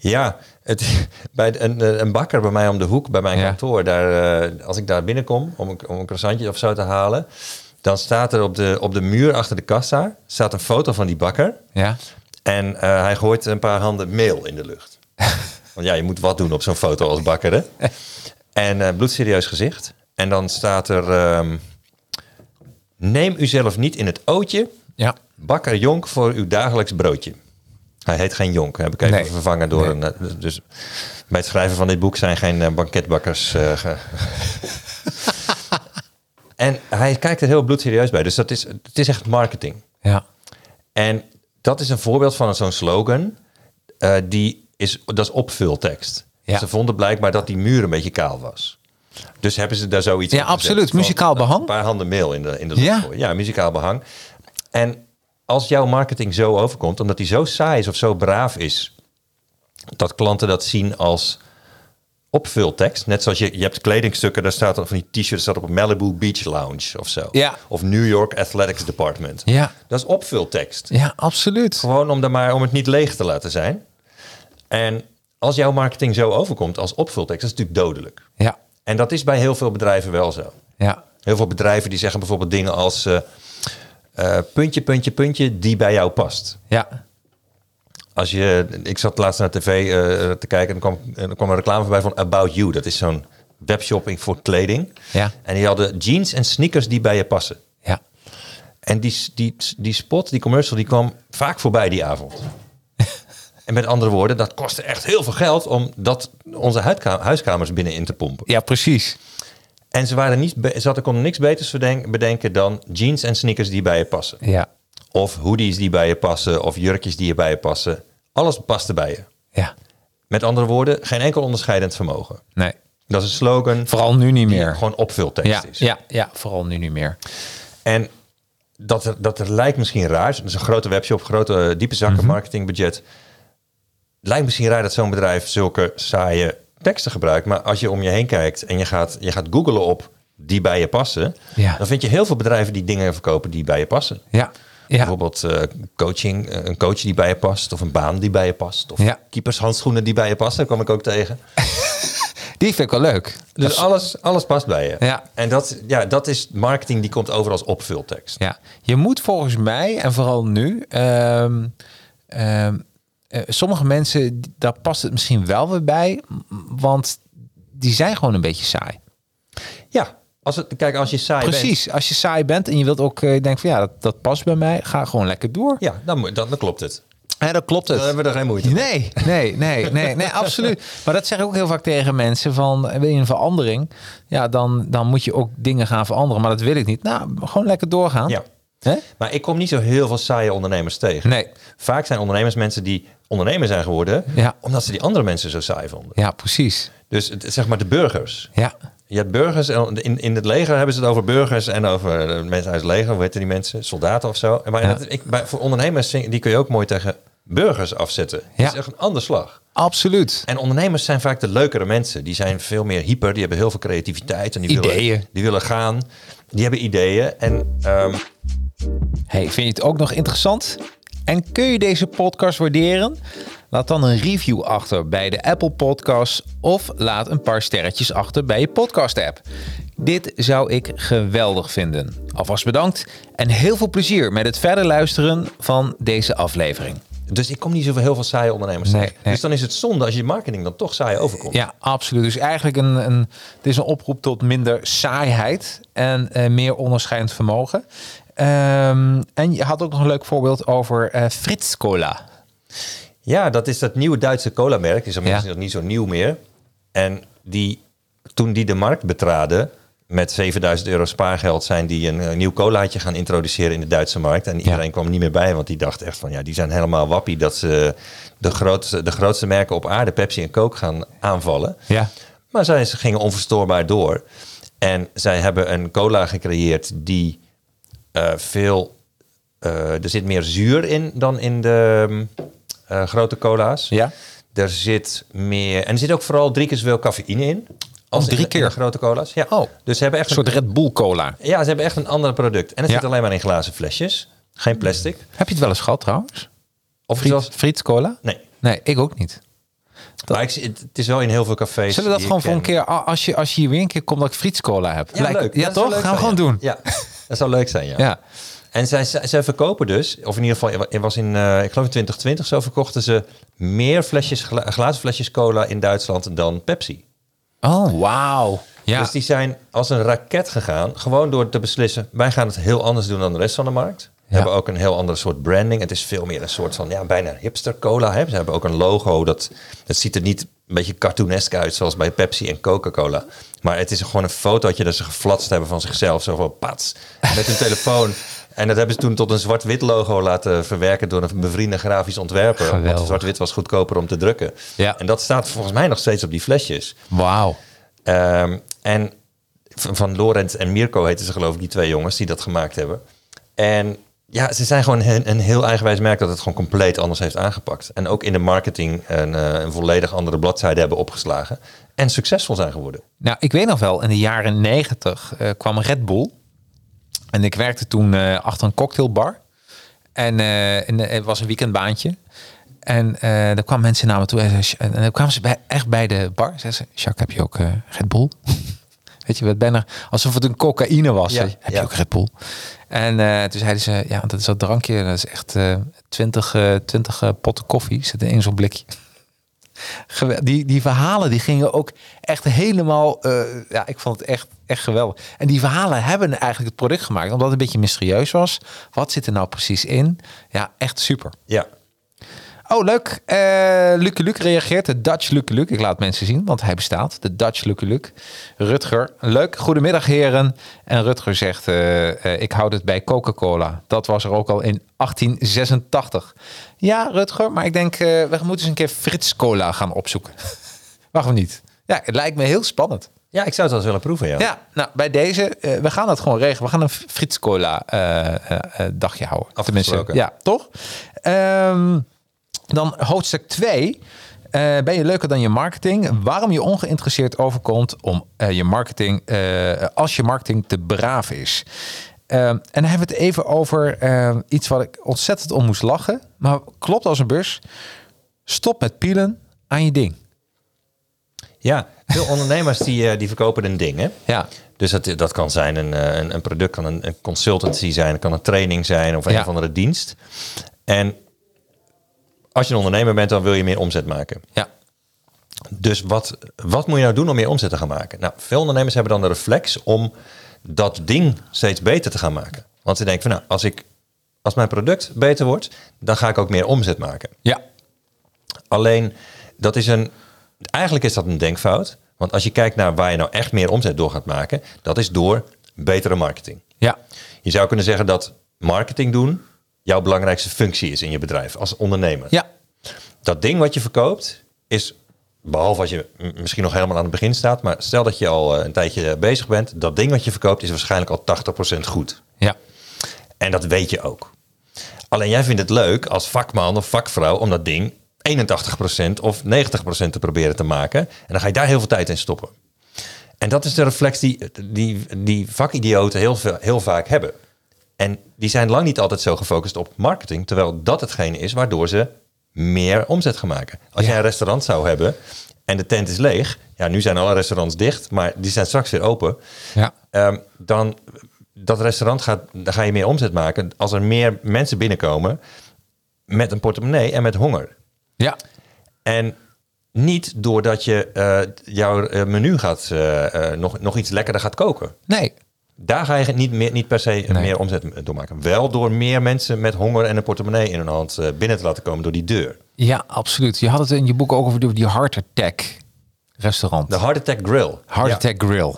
Speaker 3: Ja, het, bij de- een, eh, een bakker bij mij om de hoek, bij mijn
Speaker 1: Ja.
Speaker 3: kantoor, daar, eh, als ik daar binnenkom om, een- om een croissantje of zo te halen, dan staat er op de, op de muur achter de kassa staat een foto van die bakker.
Speaker 1: Ja,
Speaker 3: En eh, hij gooit een paar handen meel in de lucht. Want ja, je moet wat doen op zo'n foto als bakker, hè? En eh bloedserieus gezicht. En dan staat er... ehm, Neem uzelf niet in het ootje.
Speaker 1: ja,
Speaker 3: Bakker Jonk voor uw dagelijks broodje. Hij heet geen Jonk, heb ik even
Speaker 1: Nee.
Speaker 3: vervangen door
Speaker 1: Nee.
Speaker 3: een. eh, Dus bij het schrijven van dit boek zijn geen eh, banketbakkers. eh, ge- en hij kijkt er heel bloedserieus bij. Dus dat is, het is echt marketing.
Speaker 1: ja,
Speaker 3: En dat is een voorbeeld van zo'n slogan. eh, die is, dat is opvultekst.
Speaker 1: Ja.
Speaker 3: Ze vonden blijkbaar dat die muur een beetje kaal was. Dus hebben ze daar zoiets
Speaker 1: Ja,
Speaker 3: in gezet.
Speaker 1: absoluut.
Speaker 3: Van,
Speaker 1: Muzikaal
Speaker 3: eh,
Speaker 1: behang.
Speaker 3: Een paar handen meel in de, in de lucht
Speaker 1: Ja.
Speaker 3: gooien. Ja, muzikaal behang. En als jouw marketing zo overkomt, omdat die zo saai is of zo braaf is... dat klanten dat zien als opvultekst. Net zoals je, je hebt kledingstukken, daar staat dan van die t-shirt... staat op Malibu Beach Lounge of zo.
Speaker 1: Ja.
Speaker 3: Of New York Athletics Department.
Speaker 1: Ja.
Speaker 3: Dat is opvultekst.
Speaker 1: ja, absoluut.
Speaker 3: Gewoon om, er maar, om het niet leeg te laten zijn. En als jouw marketing zo overkomt als opvultekst, dat is natuurlijk dodelijk.
Speaker 1: Ja,
Speaker 3: En dat is bij heel veel bedrijven wel zo.
Speaker 1: ja,
Speaker 3: Heel veel bedrijven die zeggen bijvoorbeeld dingen als... eh, eh, puntje, puntje, puntje, die bij jou past.
Speaker 1: ja,
Speaker 3: Als je, ik zat laatst naar tv eh, te kijken en kwam, en er kwam een reclame voorbij van About You. Dat is zo'n webshopping voor kleding.
Speaker 1: Ja.
Speaker 3: En die hadden jeans en sneakers die bij je passen.
Speaker 1: ja.
Speaker 3: En die, die, die spot, die commercial, die kwam vaak voorbij die avond. en met andere woorden, dat kostte echt heel veel geld om dat onze huidka- huiskamers binnenin te pompen.
Speaker 1: Ja, precies.
Speaker 3: En ze, waren niet be- ze hadden, konden niks beters verden- bedenken dan jeans en sneakers die bij je passen.
Speaker 1: Ja,
Speaker 3: Of hoodies die bij je passen, of jurkjes die je bij je passen. Alles paste bij je.
Speaker 1: ja,
Speaker 3: Met andere woorden, geen enkel onderscheidend vermogen.
Speaker 1: nee.
Speaker 3: Dat is een slogan.
Speaker 1: Vooral nu niet
Speaker 3: die
Speaker 1: meer.
Speaker 3: Gewoon opvultekst
Speaker 1: Ja,
Speaker 3: is.
Speaker 1: ja, ja, vooral nu niet meer.
Speaker 3: En dat, er, dat er lijkt misschien raar. Dat is een grote webshop,
Speaker 1: Mhm.
Speaker 3: grote eh, diepe zakken marketingbudget. Lijkt misschien raar dat zo'n bedrijf zulke saaie teksten gebruikt. Maar als je om je heen kijkt en je gaat, je gaat googlen op die bij je passen,
Speaker 1: Ja.
Speaker 3: dan vind je heel veel bedrijven die dingen verkopen die bij je passen.
Speaker 1: Ja. Ja.
Speaker 3: Bijvoorbeeld eh, coaching, eh, een coach die bij je past, of een baan die bij je past, of
Speaker 1: Ja.
Speaker 3: keepershandschoenen die bij je passen, kwam ik ook tegen.
Speaker 1: Die vind ik wel leuk.
Speaker 3: Dus alles, alles past bij je.
Speaker 1: Ja.
Speaker 3: En dat, ja, dat is marketing die komt over als opvultekst.
Speaker 1: Ja, je moet volgens mij, en vooral nu, ehm, ehm, eh, sommige mensen, d- daar past het misschien wel weer bij, m- want die zijn gewoon een beetje saai.
Speaker 3: Ja, als het, kijk, als je saai bent...
Speaker 1: Precies, als je saai bent en je wilt ook eh denken van ja, dat, dat past bij mij, ga gewoon lekker door.
Speaker 3: Ja, dan, moet- dan, dan klopt het.
Speaker 1: Ja, dat klopt
Speaker 3: Dan hebben we er geen moeite mee.
Speaker 1: Nee, nee, nee, nee, nee, absoluut. Maar dat zeg ik ook heel vaak tegen mensen van, eh, wil je een verandering? Ja, dan, dan moet je ook dingen gaan veranderen, maar dat wil ik niet. Nou, gewoon lekker doorgaan.
Speaker 3: Ja.
Speaker 1: Hè?
Speaker 3: Maar ik kom niet zo heel veel saaie ondernemers tegen.
Speaker 1: Nee.
Speaker 3: Vaak zijn ondernemers mensen die ondernemer zijn geworden...
Speaker 1: Ja.
Speaker 3: omdat ze die andere mensen zo saai vonden.
Speaker 1: Ja, precies.
Speaker 3: Dus het- zeg maar de burgers.
Speaker 1: Ja.
Speaker 3: Je hebt burgers, en in, in het leger hebben ze het over burgers en over eh, mensen uit het leger. Hoe heten die mensen? Soldaten of zo. Maar
Speaker 1: Ja.
Speaker 3: dat- ik, bij, voor ondernemers zing- die kun je ook mooi tegen burgers afzetten.
Speaker 1: Ja.
Speaker 3: Dat is echt een ander slag.
Speaker 1: Absoluut.
Speaker 3: En ondernemers zijn vaak de leukere mensen. Die zijn veel meer hyper, die hebben heel veel creativiteit. En die
Speaker 1: Ideeën.
Speaker 3: Willen, die willen gaan, die hebben ideeën. En ehm,
Speaker 1: Hey, vind je het ook nog interessant? En kun je deze podcast waarderen? Laat dan een review achter bij de Apple Podcasts of laat een paar sterretjes achter bij je podcast app. Dit zou ik geweldig vinden. Alvast bedankt en heel veel plezier met het verder luisteren van deze aflevering.
Speaker 3: dus ik kom niet zoveel heel veel saaie ondernemers
Speaker 1: Nee,
Speaker 3: tegen.
Speaker 1: nee.
Speaker 3: Dus dan is het zonde als je marketing dan toch saai overkomt.
Speaker 1: Ja, absoluut. Dus eigenlijk een, een, het is een oproep tot minder saaiheid en eh, meer onderscheidend vermogen. Ehm, en je had ook nog een leuk voorbeeld over eh Frits Cola.
Speaker 3: Ja, dat is dat nieuwe Duitse cola-merk. Die is
Speaker 1: Ja.
Speaker 3: misschien nog niet zo nieuw meer. En die, toen die de markt betraden... met 7000 euro spaargeld zijn die een, eh, nieuw colaatje gaan introduceren in de Duitse markt. En iedereen kwam er niet meer bij, want die dacht echt van... ja, die zijn helemaal wappie dat ze de grootste, de grootste merken op aarde... Pepsi en Coke gaan aanvallen.
Speaker 1: Ja.
Speaker 3: Maar zij ze gingen onverstoorbaar door. En zij hebben een cola gecreëerd die eh, veel... eh, er zit meer zuur in dan in de mm, eh, grote cola's.
Speaker 1: Ja.
Speaker 3: Er zit meer... En er zit ook vooral drie keer zoveel cafeïne in. Als
Speaker 1: Oh, drie
Speaker 3: in de, in de
Speaker 1: keer?
Speaker 3: grote cola's. Ja.
Speaker 1: Oh.
Speaker 3: Dus ze hebben echt
Speaker 1: Een soort Red Bull cola.
Speaker 3: een, ja, ze hebben echt een ander product. En het
Speaker 1: Ja.
Speaker 3: zit alleen maar in glazen flesjes. Geen plastic.
Speaker 1: Heb je het wel eens gehad trouwens?
Speaker 3: Of
Speaker 1: Friet,
Speaker 3: zelfs...
Speaker 1: Friet cola?
Speaker 3: Nee.
Speaker 1: Nee, ik ook niet.
Speaker 3: Maar ik, zie- het, het is wel in heel veel cafés.
Speaker 1: Zullen we dat
Speaker 3: die
Speaker 1: gewoon
Speaker 3: ik
Speaker 1: voor een keer,
Speaker 3: ken.
Speaker 1: a- als je, als je hier weer een keer komt, dat ik Friet cola heb?
Speaker 3: Ja,
Speaker 1: Lijkt-
Speaker 3: leuk.
Speaker 1: Ja,
Speaker 3: Dat zou
Speaker 1: toch?
Speaker 3: leuk
Speaker 1: Gaan we
Speaker 3: zijn,
Speaker 1: gewoon
Speaker 3: ja.
Speaker 1: doen.
Speaker 3: Ja, dat zou leuk zijn, ja.
Speaker 1: Ja.
Speaker 3: En zij, zij, zij verkopen dus, of in ieder geval, het was in, eh, ik geloof in 2020 zo, verkochten ze meer flesjes, gla- glazen flesjes cola in Duitsland dan Pepsi.
Speaker 1: Oh, wauw. Ja.
Speaker 3: Dus die zijn als een raket gegaan, gewoon door te beslissen, wij gaan het heel anders doen dan de rest van de markt. We
Speaker 1: Ja.
Speaker 3: hebben ook een heel ander soort branding. Het is veel meer een soort van, ja, bijna hipster cola. Hè. Ze hebben ook een logo, dat, dat ziet er niet een beetje cartoonesk uit, zoals bij Pepsi en Coca-Cola. Maar het is gewoon een fotootje dat ze geflatst hebben van zichzelf. Zo van, pats, met hun telefoon. En dat hebben ze toen tot een zwart-wit logo laten verwerken door een bevriende grafisch ontwerper.
Speaker 1: Geweldig.
Speaker 3: Want zwart-wit was goedkoper om te drukken.
Speaker 1: Ja.
Speaker 3: En dat staat volgens mij nog steeds op die flesjes.
Speaker 1: Wauw.
Speaker 3: Ehm, en van, van Lorenz en Mirko heten ze geloof ik, die twee jongens die dat gemaakt hebben. En ja, ze zijn gewoon een, een heel eigenwijs merk dat het gewoon compleet anders heeft aangepakt. En ook in de marketing een, eh, een volledig andere bladzijde hebben opgeslagen. En succesvol zijn geworden.
Speaker 1: Nou, ik weet nog wel, in de jaren negentig eh, kwam Red Bull. En ik werkte toen eh, achter een cocktailbar. En eh, en, eh, het was een weekendbaantje. En eh, daar kwamen mensen naar me toe. En, ze- en, en dan kwamen ze bij, echt bij de bar. Zeiden ze, Jacques, heb je ook eh, Red Bull? Weet je, wat ben er, alsof het een cocaïne was.
Speaker 3: Ja,
Speaker 1: Heb je
Speaker 3: ja.
Speaker 1: ook Red Bull? En eh, toen zeiden ze, ja, dat is dat drankje. Dat is echt eh, twintig eh, potten koffie. Zit in zo'n blikje. Gewel- Die, die verhalen die gingen ook echt helemaal. eh, ja, ik vond het echt, echt geweldig. En die verhalen hebben eigenlijk het product gemaakt, omdat het een beetje mysterieus was. Wat zit er nou precies in? Ja, echt super.
Speaker 3: Ja,
Speaker 1: Oh, leuk. Eh Lucky Luke reageert. De Dutch Lucky Luke. Ik laat mensen zien, want hij bestaat. De Dutch Lucky Luke. Rutger. Leuk. Goedemiddag, heren. En Rutger zegt, eh, eh, ik houd het bij Coca-Cola. Dat was er ook al in 1886. Ja, Rutger, maar ik denk, eh, we moeten eens een keer Frits Cola gaan opzoeken. Waarom niet? Ja, het lijkt me heel spannend.
Speaker 3: ja ik zou het wel eens willen proeven, ja.
Speaker 1: Ja, nou, bij deze, eh, we gaan dat gewoon regelen. We gaan een Frits Cola eh, eh, eh, dagje houden. Tenminste,
Speaker 3: Afgesproken.
Speaker 1: ja, toch? Ehm, dan hoofdstuk 2. Eh, ben je leuker dan je marketing? Waarom je ongeïnteresseerd overkomt om eh, je marketing, eh, als je marketing te braaf is. Ehm, en dan hebben we het even over eh, iets wat ik ontzettend om moest lachen. Maar klopt als een bus. Stop met pielen aan je ding.
Speaker 3: Ja, veel ondernemers die, eh, die verkopen een ding, hè?
Speaker 1: Ja.
Speaker 3: Dus dat, dat kan zijn een, eh, een, een product, kan een, een consultancy zijn, het kan een training zijn of een
Speaker 1: Ja.
Speaker 3: of andere dienst. En als je een ondernemer bent, dan wil je meer omzet maken.
Speaker 1: Ja.
Speaker 3: Dus wat, wat moet je nou doen om meer omzet te gaan maken? Nou, veel ondernemers hebben dan de reflex om dat ding steeds beter te gaan maken. Want ze denken van nou, als, ik, als mijn product beter wordt, dan ga ik ook meer omzet maken.
Speaker 1: Ja.
Speaker 3: Alleen dat is een. Eigenlijk is dat een denkfout. Want als je kijkt naar waar je nou echt meer omzet door gaat maken, dat is door betere marketing.
Speaker 1: Ja.
Speaker 3: Je zou kunnen zeggen dat marketing doen jouw belangrijkste functie is in je bedrijf als ondernemer.
Speaker 1: Ja.
Speaker 3: Dat ding wat je verkoopt is, behalve als je m- misschien nog helemaal aan het begin staat, maar stel dat je al eh, een tijdje bezig bent, dat ding wat je verkoopt is waarschijnlijk al 80% goed.
Speaker 1: Ja.
Speaker 3: En dat weet je ook. Alleen jij vindt het leuk als vakman of vakvrouw om dat ding 81% of 90% te proberen te maken. En dan ga je daar heel veel tijd in stoppen. En dat is de reflex die, die, die vakidioten heel, veel, heel vaak hebben. En die zijn lang niet altijd zo gefocust op marketing, terwijl dat hetgene is waardoor ze meer omzet gaan maken. Als jij een restaurant zou hebben en de tent is leeg, ja, nu zijn alle restaurants dicht, maar die zijn straks weer open.
Speaker 1: Ja.
Speaker 3: Ehm, dan dat restaurant gaat, daar ga je meer omzet maken als er meer mensen binnenkomen met een portemonnee en met honger.
Speaker 1: Ja.
Speaker 3: En niet doordat je eh, jouw eh, menu gaat, eh, eh, nog, nog iets lekkerder gaat koken.
Speaker 1: Nee.
Speaker 3: Daar ga je niet, meer, niet per se
Speaker 1: Nee.
Speaker 3: meer omzet door maken. Wel door meer mensen met honger en een portemonnee in hun hand eh, binnen te laten komen door die deur.
Speaker 1: Ja, absoluut. Je had het in je boek ook over die- die Heart Attack restaurant.
Speaker 3: De Hard Attack Grill.
Speaker 1: Heart
Speaker 3: Ja.
Speaker 1: Attack Grill.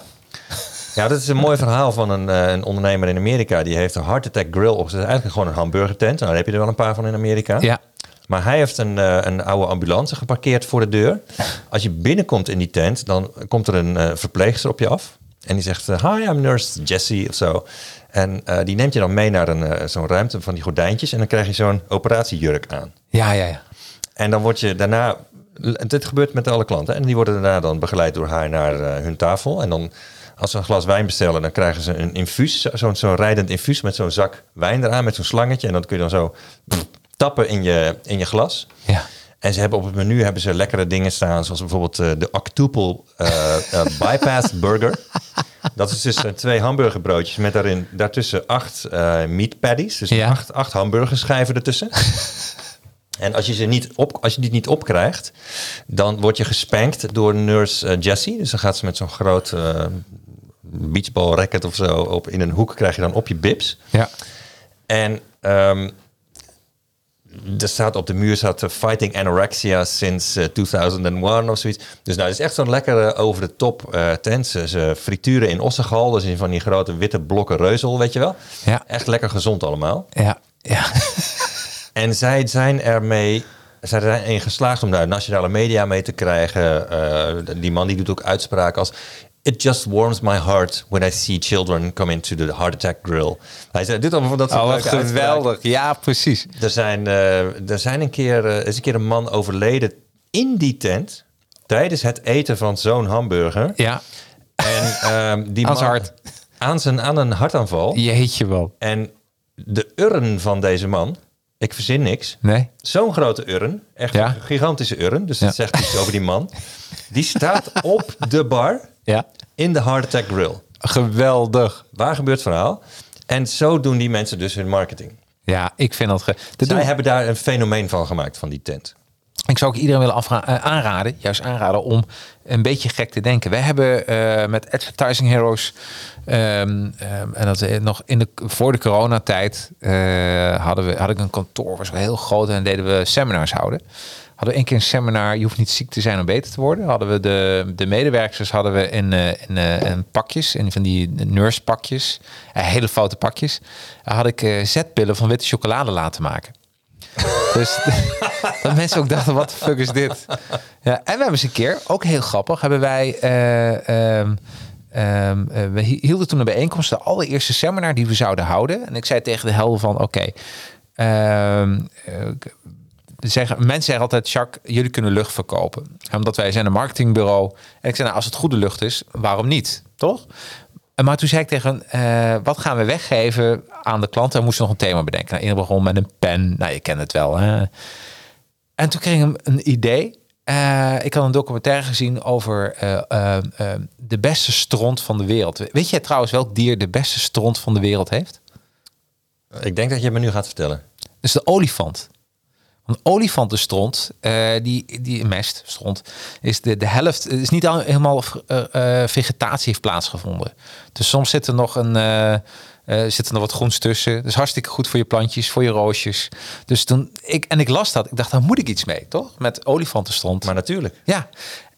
Speaker 3: Ja, dat is een mooi verhaal van een, eh, een ondernemer in Amerika. Die heeft een Heart Attack Grill opgezet. Eigenlijk gewoon een hamburgertent. Nou, daar heb je er wel een paar van in Amerika.
Speaker 1: Ja.
Speaker 3: Maar hij heeft een, eh, een oude ambulance geparkeerd voor de deur. Als je binnenkomt in die tent, dan komt er een eh, verpleegster op je af. En die zegt, eh, hi, I'm nurse Jessie of zo. En eh, die neemt je dan mee naar een, eh, zo'n ruimte van die gordijntjes. En dan krijg je zo'n operatiejurk aan.
Speaker 1: Ja, ja, ja.
Speaker 3: En dan word je daarna. Dit gebeurt met alle klanten. En die worden daarna dan begeleid door haar naar eh, hun tafel. En dan, als ze een glas wijn bestellen, dan krijgen ze een infuus. zo- Zo'n zo'n rijdend infuus met zo'n zak wijn eraan, met zo'n slangetje. En dat kun je dan zo pff, tappen in je, in je glas.
Speaker 1: Ja.
Speaker 3: En ze hebben op het menu hebben ze lekkere dingen staan, zoals bijvoorbeeld eh, de octuple eh, eh, bypass burger. Dat is dus eh, twee hamburgerbroodjes met daarin daartussen acht eh, meat patties, dus
Speaker 1: Ja.
Speaker 3: acht, acht hamburgerschijven ertussen. en als je ze niet op, als je die niet opkrijgt, dan word je gespankt door nurse eh, Jessie. Dus dan gaat ze met zo'n groot eh beachball racket of zo op in een hoek krijg je dan op je bips.
Speaker 1: Ja.
Speaker 3: En ehm, er staat op de muur staat eh, Fighting Anorexia sinds eh, 2001 of zoiets. Dus nou, het is echt zo'n lekkere over de top eh tent. Ze, ze frituren in ossengal, dus in van die grote witte blokken reuzel, weet je wel.
Speaker 1: Ja.
Speaker 3: Echt lekker gezond allemaal.
Speaker 1: Ja. Ja.
Speaker 3: En zij zijn ermee. Zij zijn erin geslaagd om daar nationale media mee te krijgen. Eh, die man die doet ook uitspraken als... It just warms my heart when I see children come into the heart attack grill. Hij zei, doet allemaal van dat soort
Speaker 1: Oh, wat
Speaker 3: leuke uitspraken.
Speaker 1: geweldig. Ja, precies.
Speaker 3: Er, zijn, eh, er zijn een keer, eh, is een keer een man overleden in die tent. Tijdens het eten van zo'n hamburger.
Speaker 1: Ja.
Speaker 3: En, ehm, die
Speaker 1: Aan zijn
Speaker 3: man-
Speaker 1: hart.
Speaker 3: Aan, zijn, aan een hartaanval.
Speaker 1: Jeetje wel.
Speaker 3: En de urn van deze man, ik verzin niks.
Speaker 1: Nee?
Speaker 3: Zo'n grote urn, echt
Speaker 1: Ja.
Speaker 3: een gigantische urn. Dus
Speaker 1: Ja.
Speaker 3: dat zegt iets over die man. Die staat op de bar
Speaker 1: Ja.
Speaker 3: in de Heart Attack Grill.
Speaker 1: Geweldig.
Speaker 3: Waar gebeurt het verhaal? En zo doen die mensen dus hun marketing.
Speaker 1: Ja, ik vind dat... Ge... dat
Speaker 3: Zij
Speaker 1: doen-
Speaker 3: hebben daar een fenomeen van gemaakt, van die tent.
Speaker 1: Ik zou ook iedereen willen afra- eh, aanraden, juist aanraden, om een beetje gek te denken. Wij hebben eh, met Advertising Heroes, ehm, ehm, en dat is nog in de, voor de coronatijd, eh, hadden we, had ik een kantoor, was wel heel groot en deden we seminars houden. Hadden we één keer een seminar, je hoeft niet ziek te zijn om beter te worden. Hadden we de, de medewerkers hadden we in, eh, in, eh, in pakjes, in van die nursepakjes, eh, hele foute pakjes. Had ik eh, zetpillen van witte chocolade laten maken. Dus dat mensen ook dachten, wat de fuck is dit? Ja, en we hebben eens een keer, ook heel grappig, hebben wij... eh, ehm, ehm, eh, we hi- hielden toen een bijeenkomst, de allereerste seminar die we zouden houden. En ik zei tegen de helden van, oké, ehm, eh, zeggen, mensen zeggen altijd, Jacques, jullie kunnen lucht verkopen. Omdat wij zijn een marketingbureau. En ik zei, nou, als het goede lucht is, waarom niet? Toch? En Maar toen zei ik tegen hem, eh, wat gaan we weggeven aan de klant? En we moesten nog een thema bedenken. Nou, iedereen begon met een pen. Nou, je kent het wel. Hè? En toen kreeg ik hem een idee. Eh, ik had een documentaire gezien over eh, eh, eh, de beste stront van de wereld. Weet jij trouwens welk dier de beste stront van de wereld heeft?
Speaker 3: Ik denk dat je me nu gaat vertellen.
Speaker 1: Dat is de olifant. Een olifantenstront, eh die, die mest, stront, is de, de helft, is niet al, helemaal eh, eh, vegetatie heeft plaatsgevonden. Dus soms zit er nog een, eh, eh, zit er nog wat groens tussen. Dat is hartstikke goed voor je plantjes, voor je roosjes. Dus toen, ik, en ik las dat, ik dacht, daar moet ik iets mee, toch? Met olifantenstront.
Speaker 3: Maar natuurlijk.
Speaker 1: Ja.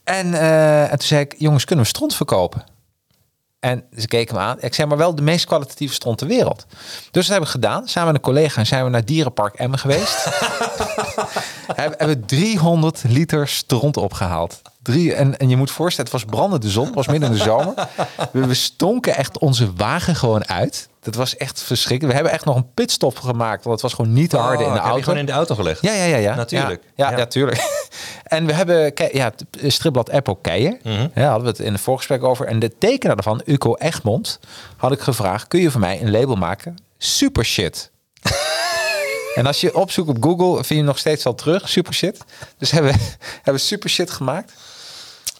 Speaker 1: En, eh, en toen zei ik, jongens, kunnen we stront verkopen? En ze keken me aan. Ik zei, maar wel de meest kwalitatieve stront ter wereld. Dus dat hebben we gedaan. Samen met een collega zijn we naar Dierenpark Emmen geweest. hebben, hebben 300 liter stront opgehaald. Drie, en, en je moet voorstellen, het was brandende zon. Het was midden in de zomer. We, we stonken echt onze wagen gewoon uit. Dat was echt verschrikkelijk. We hebben echt nog een pitstop gemaakt. Want het was gewoon niet te harden
Speaker 3: Oh,
Speaker 1: in de
Speaker 3: ik heb je
Speaker 1: auto.
Speaker 3: gewoon in de auto gelegd.
Speaker 1: Ja, ja, ja. ja.
Speaker 3: Natuurlijk.
Speaker 1: Ja, ja,
Speaker 3: Ja.
Speaker 1: natuurlijk. en we hebben ke- ja, het stripblad Apple Keijer. ja, hadden we het in het voorgesprek over. En de tekenaar daarvan, Uco Egmond, had ik gevraagd... kun je voor mij een label maken? Super shit. en als je opzoekt op Google, vind je hem nog steeds al terug. Super shit. Dus hebben we hebben we super shit gemaakt.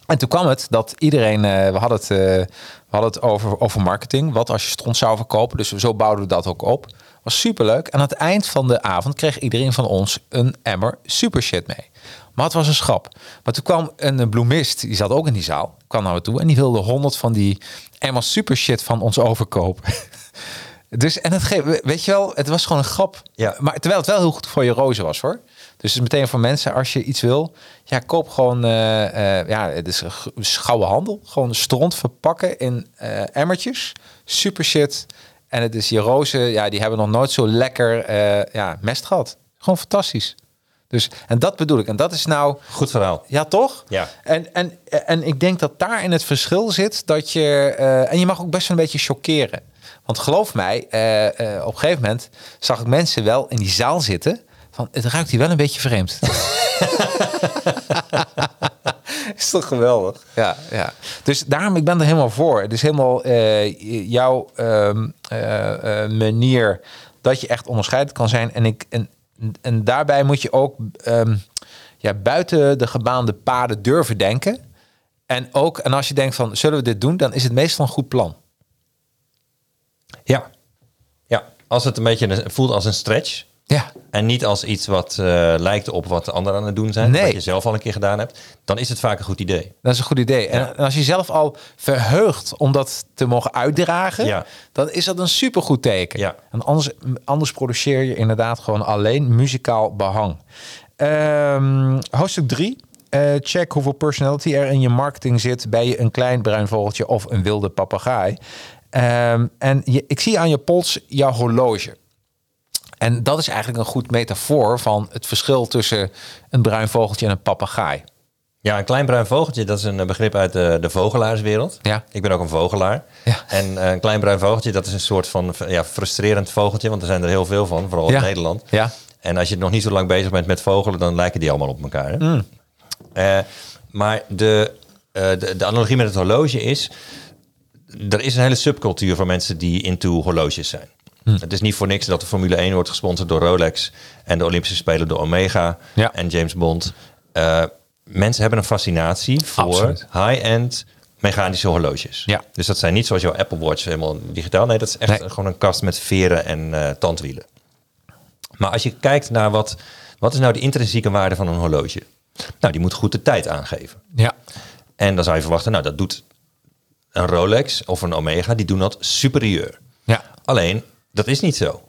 Speaker 1: En toen kwam het dat iedereen, eh, we hadden het, eh, we hadden het over, over marketing. Wat als je stront zou verkopen. Dus zo bouwden we dat ook op. Was superleuk. En aan het eind van de avond kreeg iedereen van ons een emmer super shit mee. Maar het was een schap. Maar toen kwam een eh, bloemist, die zat ook in die zaal, kwam naar me toe. En die wilde honderd van die emmers super shit van ons overkopen. Dus en het geeft, weet je wel, het was gewoon een grap.
Speaker 3: Ja.
Speaker 1: Maar terwijl het wel heel goed voor je rozen was hoor. Dus het is meteen voor mensen, als je iets wil, ja, koop gewoon, eh, eh, ja, het is een g- schouwe handel. Gewoon stront verpakken in eh, emmertjes. Super shit. En het is je rozen, ja, die hebben nog nooit zo lekker eh, ja, mest gehad. Gewoon fantastisch. Dus, en dat bedoel ik. En dat is nou,
Speaker 3: Goed verhaal.
Speaker 1: ja, toch?
Speaker 3: Ja.
Speaker 1: En, en, en ik denk dat daarin het verschil zit dat je. eh, en je mag ook best wel een beetje choqueren. Want geloof mij, eh, eh, op een gegeven moment zag ik mensen wel in die zaal zitten. Van het ruikt hier wel een beetje vreemd. Is toch geweldig? Ja, ja. Dus daarom, ik ben er helemaal voor. Het is helemaal eh, jouw ehm, eh, eh, manier dat je echt onderscheidend kan zijn. En, ik, en, en daarbij moet je ook ehm, ja, buiten de gebaande paden durven denken. En ook, en als je denkt van, zullen we dit doen? Dan is het meestal een goed plan.
Speaker 3: Ja. Ja. Als het een beetje een- voelt als een stretch.
Speaker 1: Ja,
Speaker 3: En niet als iets wat eh, lijkt op wat de anderen aan het doen zijn.
Speaker 1: Nee.
Speaker 3: Wat je zelf al een keer gedaan hebt. Dan is het vaak een goed idee.
Speaker 1: dat is een goed idee. En, en als je zelf al verheugt om dat te mogen uitdragen,
Speaker 3: Ja.
Speaker 1: dan is dat een supergoed teken.
Speaker 3: Ja.
Speaker 1: En anders, anders produceer je inderdaad gewoon alleen muzikaal behang. Ehm, hoofdstuk 3. check hoeveel personality er in je marketing zit bij je een klein bruin vogeltje of een wilde papegaai. Ehm, en je, ik zie aan je pols jouw horloge. En dat is eigenlijk een goed metafoor van het verschil tussen een bruin vogeltje en een papegaai.
Speaker 3: Ja, een klein bruin vogeltje, dat is een eh, begrip uit de, de vogelaarswereld.
Speaker 1: Ja.
Speaker 3: Ik ben ook een vogelaar.
Speaker 1: Ja.
Speaker 3: En eh, een klein bruin vogeltje, dat is een soort van ja, frustrerend vogeltje. Want er zijn er heel veel van, vooral
Speaker 1: Ja.
Speaker 3: in Nederland.
Speaker 1: Ja.
Speaker 3: En als je nog niet zo lang bezig bent met vogelen, dan lijken die allemaal op elkaar. Hè?
Speaker 1: Mm.
Speaker 3: Eh, maar de, eh, de, de analogie met het horloge is... Er is een hele subcultuur van mensen die into horloges zijn.
Speaker 1: Hm.
Speaker 3: Het is niet voor niks dat de Formule 1 wordt gesponsord door Rolex... en de Olympische Spelen door Omega
Speaker 1: Ja.
Speaker 3: en James Bond. Eh, mensen hebben een fascinatie voor
Speaker 1: Absoluut.
Speaker 3: high-end mechanische horloges.
Speaker 1: Ja.
Speaker 3: Dus dat zijn niet zoals jouw Apple Watch helemaal digitaal. Nee, dat is echt
Speaker 1: Nee.
Speaker 3: gewoon een kast met veren en eh, tandwielen. Maar als je kijkt naar wat, wat is nou de intrinsieke waarde van een horloge? Nou, die moet goed de tijd aangeven.
Speaker 1: Ja.
Speaker 3: En dan zou je verwachten, nou, dat doet een Rolex of een Omega, die doen dat superieur.
Speaker 1: Ja.
Speaker 3: Alleen, dat is niet zo.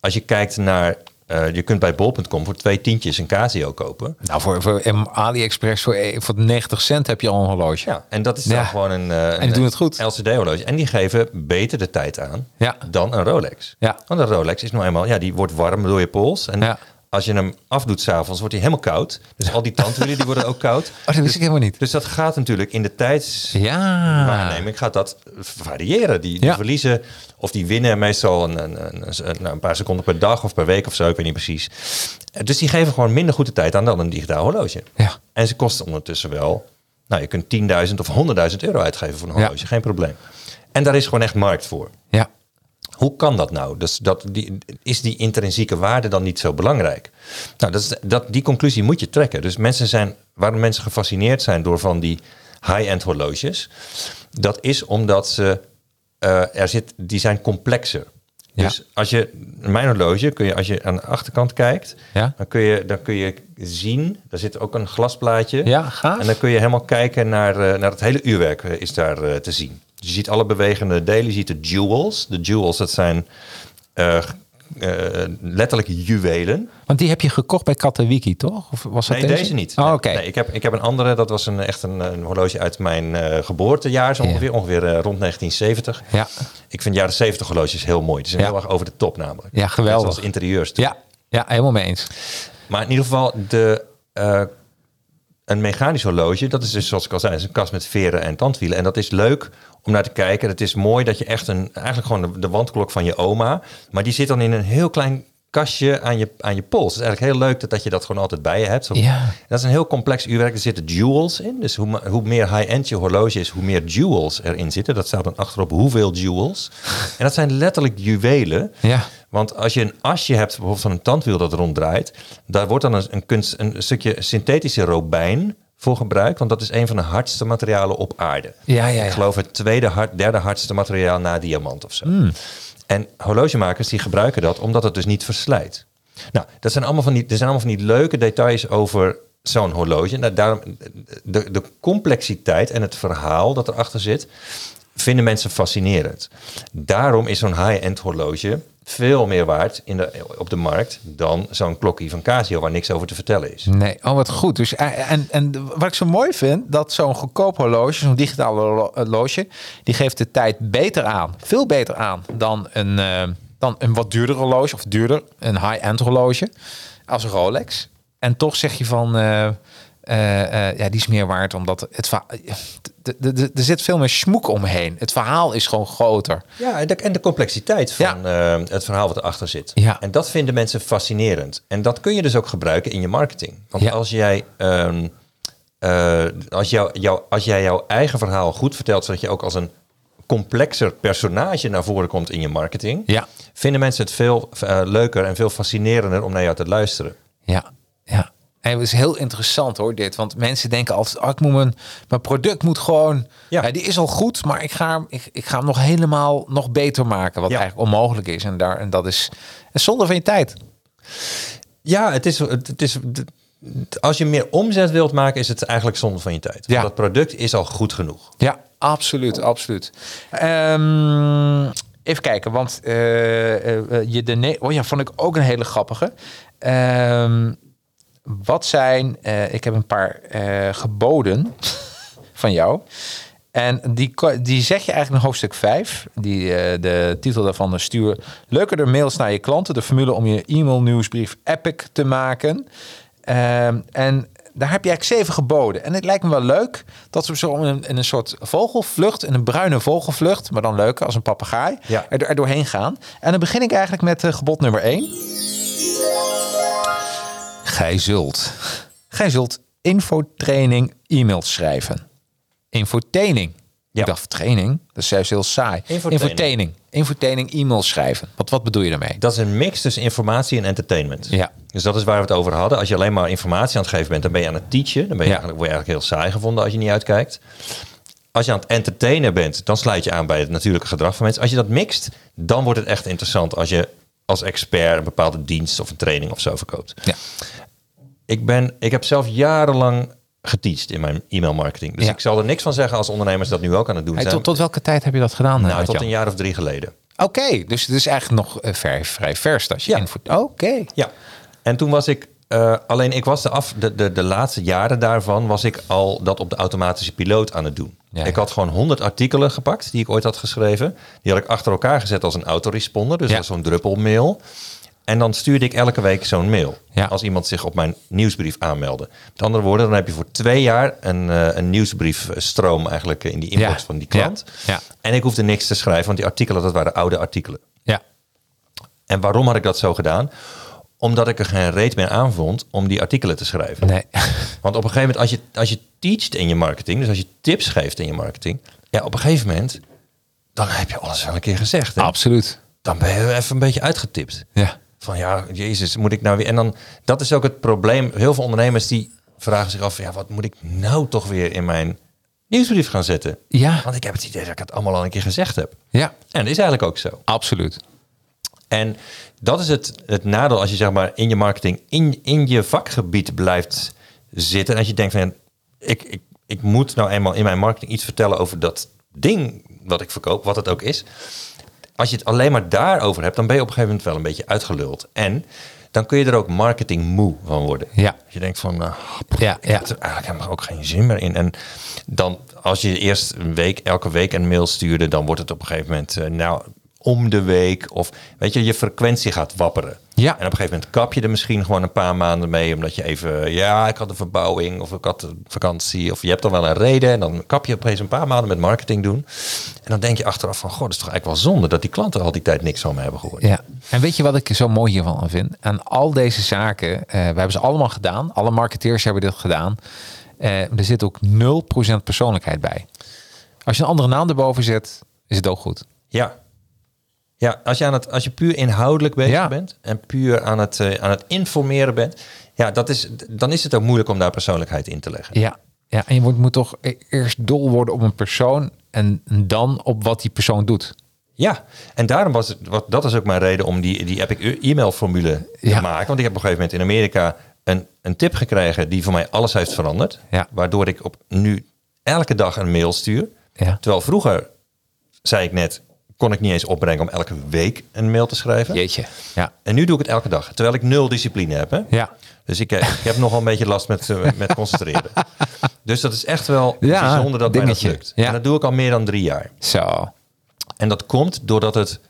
Speaker 3: Als je kijkt naar, eh, je kunt bij bol.com voor twee tientjes een Casio kopen.
Speaker 1: Nou, voor, voor in AliExpress voor, eh, voor 90 cent heb je al een horloge.
Speaker 3: Ja, en dat is dan
Speaker 1: Ja.
Speaker 3: gewoon een, eh,
Speaker 1: die
Speaker 3: een
Speaker 1: doen het goed.
Speaker 3: LCD-horloge. En die geven beter de tijd aan
Speaker 1: Ja.
Speaker 3: dan een Rolex.
Speaker 1: Ja.
Speaker 3: Want een Rolex is nou eenmaal, ja, die wordt warm door je pols. En
Speaker 1: Ja.
Speaker 3: als je hem afdoet s'avonds, wordt hij helemaal koud. Dus al die tandwielen die worden ook koud.
Speaker 1: Oh, dat wist ik helemaal niet.
Speaker 3: Dus dat gaat natuurlijk in de tijd
Speaker 1: Ja.
Speaker 3: waarneming gaat dat variëren. Die, die
Speaker 1: Ja.
Speaker 3: verliezen of die winnen meestal een, een, een, een- nou, een paar seconden per dag of per week of zo, ik weet niet precies. Eh, Dus die geven gewoon minder goede tijd aan dan een digitaal horloge.
Speaker 1: Ja.
Speaker 3: En ze kosten ondertussen wel, nou je kunt 10.000 of 100.000 euro uitgeven voor een
Speaker 1: Ja.
Speaker 3: horloge, geen probleem. En daar is gewoon echt markt voor.
Speaker 1: Ja.
Speaker 3: Hoe kan dat nou? Dus dat, die, is die intrinsieke waarde dan niet zo belangrijk? Nou, dat is, dat, die conclusie moet je trekken. Dus mensen zijn, waarom mensen gefascineerd zijn door van die high-end horloges, dat is omdat ze, eh, er zit, die zijn complexer.
Speaker 1: Ja.
Speaker 3: Dus als je mijn horloge, kun je, als je aan de achterkant kijkt,
Speaker 1: Ja.
Speaker 3: dan, kun je, dan kun je zien, daar zit ook een glasplaatje.
Speaker 1: Ja, gaaf.
Speaker 3: En dan kun je helemaal kijken naar, eh, naar het hele uurwerk eh, is daar eh, te zien. Dus je ziet alle bewegende delen, je ziet de jewels. De jewels, dat zijn eh, eh, letterlijk juwelen.
Speaker 1: Want die heb je gekocht bij Katowiki, toch? Of was dat
Speaker 3: Nee, deze, niet.
Speaker 1: Oh,
Speaker 3: Nee,
Speaker 1: oké.
Speaker 3: nee, ik, heb, ik heb een andere, dat was een, echt een, een horloge uit mijn eh, geboortejaar, zo
Speaker 1: Ja.
Speaker 3: ongeveer, ongeveer eh, rond 1970.
Speaker 1: Ja.
Speaker 3: Ik vind jaren 70 horloges heel mooi. Die zijn
Speaker 1: Ja.
Speaker 3: heel erg over de top namelijk.
Speaker 1: Ja, geweldig.
Speaker 3: Net Zoals interieurs.
Speaker 1: Ja. Ja, helemaal mee eens.
Speaker 3: Maar in ieder geval, de, eh, een mechanisch horloge, dat is dus zoals ik al zei, is een kast met veren en tandwielen. En dat is leuk om naar te kijken. Het is mooi dat je echt een, eigenlijk gewoon de, de wandklok van je oma, maar die zit dan in een heel klein kastje aan je, aan je pols. Het is eigenlijk heel leuk dat, dat je dat gewoon altijd bij je hebt. Zo-
Speaker 1: Ja.
Speaker 3: Dat is een heel complex uurwerk. Er zitten jewels in. Dus hoe, ma- hoe meer high-end je horloge is, hoe meer jewels erin zitten. Dat staat dan achterop hoeveel jewels. En dat zijn letterlijk juwelen.
Speaker 1: Ja.
Speaker 3: Want als je een asje hebt, bijvoorbeeld van een tandwiel dat ronddraait, daar wordt dan een, een, kunst, een stukje synthetische robijn voor gebruikt. Want dat is een van de hardste materialen op aarde.
Speaker 1: Ja, ja, ja.
Speaker 3: Ik geloof het tweede, hard, derde hardste materiaal na diamant of zo.
Speaker 1: Hmm.
Speaker 3: En horlogemakers die gebruiken dat omdat het dus niet verslijt. Nou, dat zijn allemaal van die, er zijn allemaal van die leuke details over zo'n horloge. Nou, daarom, de, de complexiteit en het verhaal dat erachter zit, vinden mensen fascinerend. Daarom is zo'n high-end horloge veel meer waard in de, op de markt dan zo'n klokkie van Casio waar niks over te vertellen is.
Speaker 1: Nee, oh wat goed. Dus, eh, en, en wat ik zo mooi vind, dat zo'n goedkoop horloge, zo'n digitaal horlo- horloge, die geeft de tijd beter aan, veel beter aan dan een, eh, dan een wat duurder horloge, of duurder, een high-end horloge, als een Rolex. En toch zeg je van, eh, eh, eh, ja, die is meer waard, omdat het verha- d- d- d- er zit veel meer smoek omheen. Het verhaal is gewoon groter.
Speaker 3: Ja, en de, en de complexiteit van eh, het verhaal wat erachter zit.
Speaker 1: Ja.
Speaker 3: En dat vinden mensen fascinerend. En dat kun je dus ook gebruiken in je marketing. Want
Speaker 1: Ja.
Speaker 3: als jij. ehm, eh, als, jou, jou, als jij jouw eigen verhaal goed vertelt, zodat je ook als een complexer personage naar voren komt in je marketing,
Speaker 1: Ja.
Speaker 3: vinden mensen het veel eh, leuker en veel fascinerender om naar jou te luisteren.
Speaker 1: Ja, ja. En het is heel interessant hoor, dit. Want mensen denken altijd, oh, ik moet mijn, mijn product moet gewoon...
Speaker 3: Ja.
Speaker 1: Ja. die is al goed, maar ik ga, hem- ik, ik ga hem nog helemaal nog beter maken. Wat
Speaker 3: Ja.
Speaker 1: eigenlijk onmogelijk is. En, daar, en dat is een zonde van je tijd.
Speaker 3: Ja, het is, het, het is, d- d- als je meer omzet wilt maken, is het eigenlijk zonde van je tijd.
Speaker 1: Ja.
Speaker 3: Want dat product is al goed genoeg.
Speaker 1: Ja, absoluut, absoluut. Ehm, even kijken, want eh, eh, eh, je de ne- oh ja, vond ik ook een hele grappige. Ehm, wat zijn, eh, ik heb een paar eh, geboden van jou. En die, ko- die zeg je eigenlijk in hoofdstuk 5. Die, eh, de titel daarvan is stuur leuker door mails naar je klanten. De formule om je e-mail nieuwsbrief epic te maken. Ehm, en daar heb je eigenlijk zeven geboden. En het lijkt me wel leuk dat we zo in een, in een soort vogelvlucht, in een bruine vogelvlucht, maar dan leuker als een papegaai,
Speaker 3: Ja.
Speaker 1: er, er doorheen gaan. En dan begin ik eigenlijk met eh, gebod nummer 1. Gij zult. Gij zult infotraining e-mails schrijven. Infotraining.
Speaker 3: Ja.
Speaker 1: Ik dacht training, dat is juist heel saai.
Speaker 3: Infotraining.
Speaker 1: Infotraining. Infotraining e-mails schrijven. Wat, wat bedoel je daarmee?
Speaker 3: Dat is een mix tussen informatie en entertainment.
Speaker 1: Ja.
Speaker 3: Dus dat is waar we het over hadden. Als je alleen maar informatie aan het geven bent, dan ben je aan het teachen. Dan ben je
Speaker 1: Ja.
Speaker 3: eigenlijk, word je eigenlijk heel saai gevonden als je niet uitkijkt. Als je aan het entertainen bent, dan sluit je aan bij het natuurlijke gedrag van mensen. Als je dat mixt, dan wordt het echt interessant als je als expert een bepaalde dienst of een training of zo verkoopt.
Speaker 1: Ja.
Speaker 3: Ik, ben, ik heb zelf jarenlang geteacht in mijn e-mail marketing. Dus
Speaker 1: Ja.
Speaker 3: ik zal er niks van zeggen als ondernemers dat nu ook aan het doen
Speaker 1: Hey,
Speaker 3: zijn.
Speaker 1: tot, tot welke tijd heb je dat gedaan? eh,
Speaker 3: nou, tot
Speaker 1: Jan?
Speaker 3: een jaar of drie geleden.
Speaker 1: Oké, dus het is eigenlijk nog eh, vrij, vrij vers als je
Speaker 3: Ja.
Speaker 1: info... Oké.
Speaker 3: Ja, en toen was ik. eh, alleen ik was de, af, de, de, de laatste jaren daarvan was ik al dat op de automatische piloot aan het doen.
Speaker 1: Ja, ja.
Speaker 3: ik had gewoon 100 artikelen gepakt die ik ooit had geschreven. Die had ik achter elkaar gezet als een autoresponder. Dus
Speaker 1: Ja.
Speaker 3: als zo'n druppelmail. En dan stuurde ik elke week zo'n mail.
Speaker 1: Ja.
Speaker 3: Als iemand zich op mijn nieuwsbrief aanmeldde. Met andere woorden, dan heb je voor twee jaar een, eh een nieuwsbriefstroom eigenlijk eh, in die inbox
Speaker 1: Ja.
Speaker 3: van die klant.
Speaker 1: Ja. Ja.
Speaker 3: En ik hoefde niks te schrijven, want die artikelen, dat waren oude artikelen.
Speaker 1: Ja.
Speaker 3: En waarom had ik dat zo gedaan? Omdat ik er geen reet meer aan vond om die artikelen te schrijven.
Speaker 1: Nee.
Speaker 3: Want op een gegeven moment, als je, als je teacht in je marketing, dus als je tips geeft in je marketing, ja, op een gegeven moment, dan heb je alles wel een keer gezegd. Hè?
Speaker 1: Absoluut.
Speaker 3: Dan ben je even een beetje uitgetipt.
Speaker 1: Ah. Ja.
Speaker 3: Van ja, Jezus, moet ik nou weer. En dan, dat is ook het probleem. Heel veel ondernemers die vragen zich af, ja, wat moet ik nou toch weer in mijn nieuwsbrief gaan zetten?
Speaker 1: Ja.
Speaker 3: Want ik heb het idee dat ik het allemaal al een keer gezegd heb.
Speaker 1: Ja.
Speaker 3: En dat is eigenlijk ook zo.
Speaker 1: Absoluut.
Speaker 3: En dat is het, het nadeel als je zeg maar in je marketing, in, in je vakgebied blijft zitten. En als je denkt van ik, ik, ik moet nou eenmaal in mijn marketing iets vertellen over dat ding wat ik verkoop, wat het ook is. Als je het alleen maar daarover hebt, dan ben je op een gegeven moment wel een beetje uitgeluld. En dan kun je er ook marketing moe van worden.
Speaker 1: Ja.
Speaker 3: Als je denkt van, nou,
Speaker 1: Ja,
Speaker 3: ik
Speaker 1: ja.
Speaker 3: heb er eigenlijk helemaal ook geen zin meer in. En dan, als je eerst een week, elke week een mail stuurde, dan wordt het op een gegeven moment, eh, nou, om de week. Of weet je, je frequentie gaat wapperen.
Speaker 1: Ja.
Speaker 3: En op een gegeven moment kap je er misschien gewoon een paar maanden mee, omdat je even, ja, ik had een verbouwing of ik had een vakantie. Of je hebt dan wel een reden. En dan kap je opeens een paar maanden met marketing doen. En dan denk je achteraf van, goh, dat is toch eigenlijk wel zonde dat die klanten al die tijd niks van me hebben gehoord.
Speaker 1: Ja. En weet je wat ik zo mooi hiervan aan vind? Aan al deze zaken, eh, we hebben ze allemaal gedaan. Alle marketeers hebben dit gedaan. Eh, er zit ook 0% persoonlijkheid bij. Als je een andere naam erboven zet, is het ook goed.
Speaker 3: Ja. Ja, als je, aan het, als je puur inhoudelijk bezig
Speaker 1: Ja.
Speaker 3: bent en puur aan het, eh, aan het informeren bent, ja, dat is, dan is het ook moeilijk om daar persoonlijkheid in te leggen.
Speaker 1: Ja. Ja, en je moet, moet toch e- eerst dol worden op een persoon en dan op wat die persoon doet.
Speaker 3: Ja, en daarom was het, wat, dat is ook mijn reden om die, die Epic e- e-mail-formule
Speaker 1: Ja.
Speaker 3: te maken. Want ik heb op een gegeven moment in Amerika een, een tip gekregen die voor mij alles heeft veranderd.
Speaker 1: Ja.
Speaker 3: Waardoor ik op nu elke dag een mail stuur.
Speaker 1: Ja.
Speaker 3: Terwijl vroeger, zei ik net, kon ik niet eens opbrengen om elke week een mail te schrijven.
Speaker 1: Jeetje. Ja.
Speaker 3: En nu doe ik het elke dag, terwijl ik nul discipline heb. Hè?
Speaker 1: Ja.
Speaker 3: Dus ik, eh, ik heb nogal een beetje last met, eh, met concentreren. Dus dat is echt wel
Speaker 1: Ja,
Speaker 3: bijzonder dat
Speaker 1: dingetje.
Speaker 3: mij dat lukt.
Speaker 1: Ja.
Speaker 3: En dat doe ik al meer dan drie jaar.
Speaker 1: Zo.
Speaker 3: En dat komt doordat het,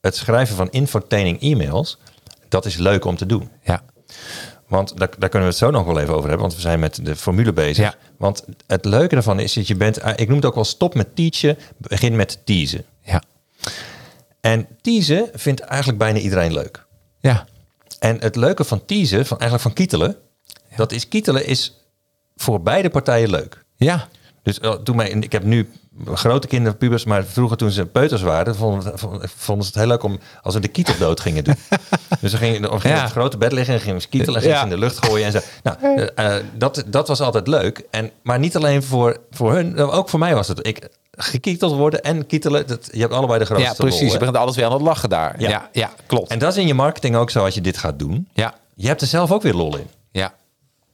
Speaker 3: het schrijven van infotaining e-mails, dat is leuk om te doen.
Speaker 1: Ja.
Speaker 3: Want daar, daar kunnen we het zo nog wel even over hebben, want we zijn met de formule bezig.
Speaker 1: Ja.
Speaker 3: Want het leuke ervan is dat je bent, eh, ik noem het ook wel stop met teachen, begin met teasen.
Speaker 1: Ja.
Speaker 3: En teasen vindt eigenlijk bijna iedereen leuk.
Speaker 1: Ja.
Speaker 3: En het leuke van teasen, van, eigenlijk van kietelen, dat is kietelen is voor beide partijen leuk.
Speaker 1: Ja.
Speaker 3: Dus eh, toen mijn, ik heb nu grote kinderen, pubers, maar vroeger toen ze peuters waren, vonden, vonden- vonden ze het heel leuk om als we de kietel dood gingen doen. dus ze gingen op
Speaker 1: Ja.
Speaker 3: het grote bed liggen en gingen ze kietelen en gingen
Speaker 1: Ja.
Speaker 3: ze in de lucht gooien en zo. Nou, eh, eh, dat, dat was altijd leuk. En, maar niet alleen voor, voor hun, eh, ook voor mij was het. Ik, gekieteld worden en kietelen, dat, je hebt allebei de grootste
Speaker 1: Ja,
Speaker 3: rol,
Speaker 1: precies.
Speaker 3: hè?
Speaker 1: Je begint alles weer aan het lachen daar. Ja.
Speaker 3: Ja.
Speaker 1: Ja, klopt.
Speaker 3: En dat is in je marketing ook zo als je dit gaat doen.
Speaker 1: ja.
Speaker 3: Je hebt er zelf ook weer lol in.
Speaker 1: Ja.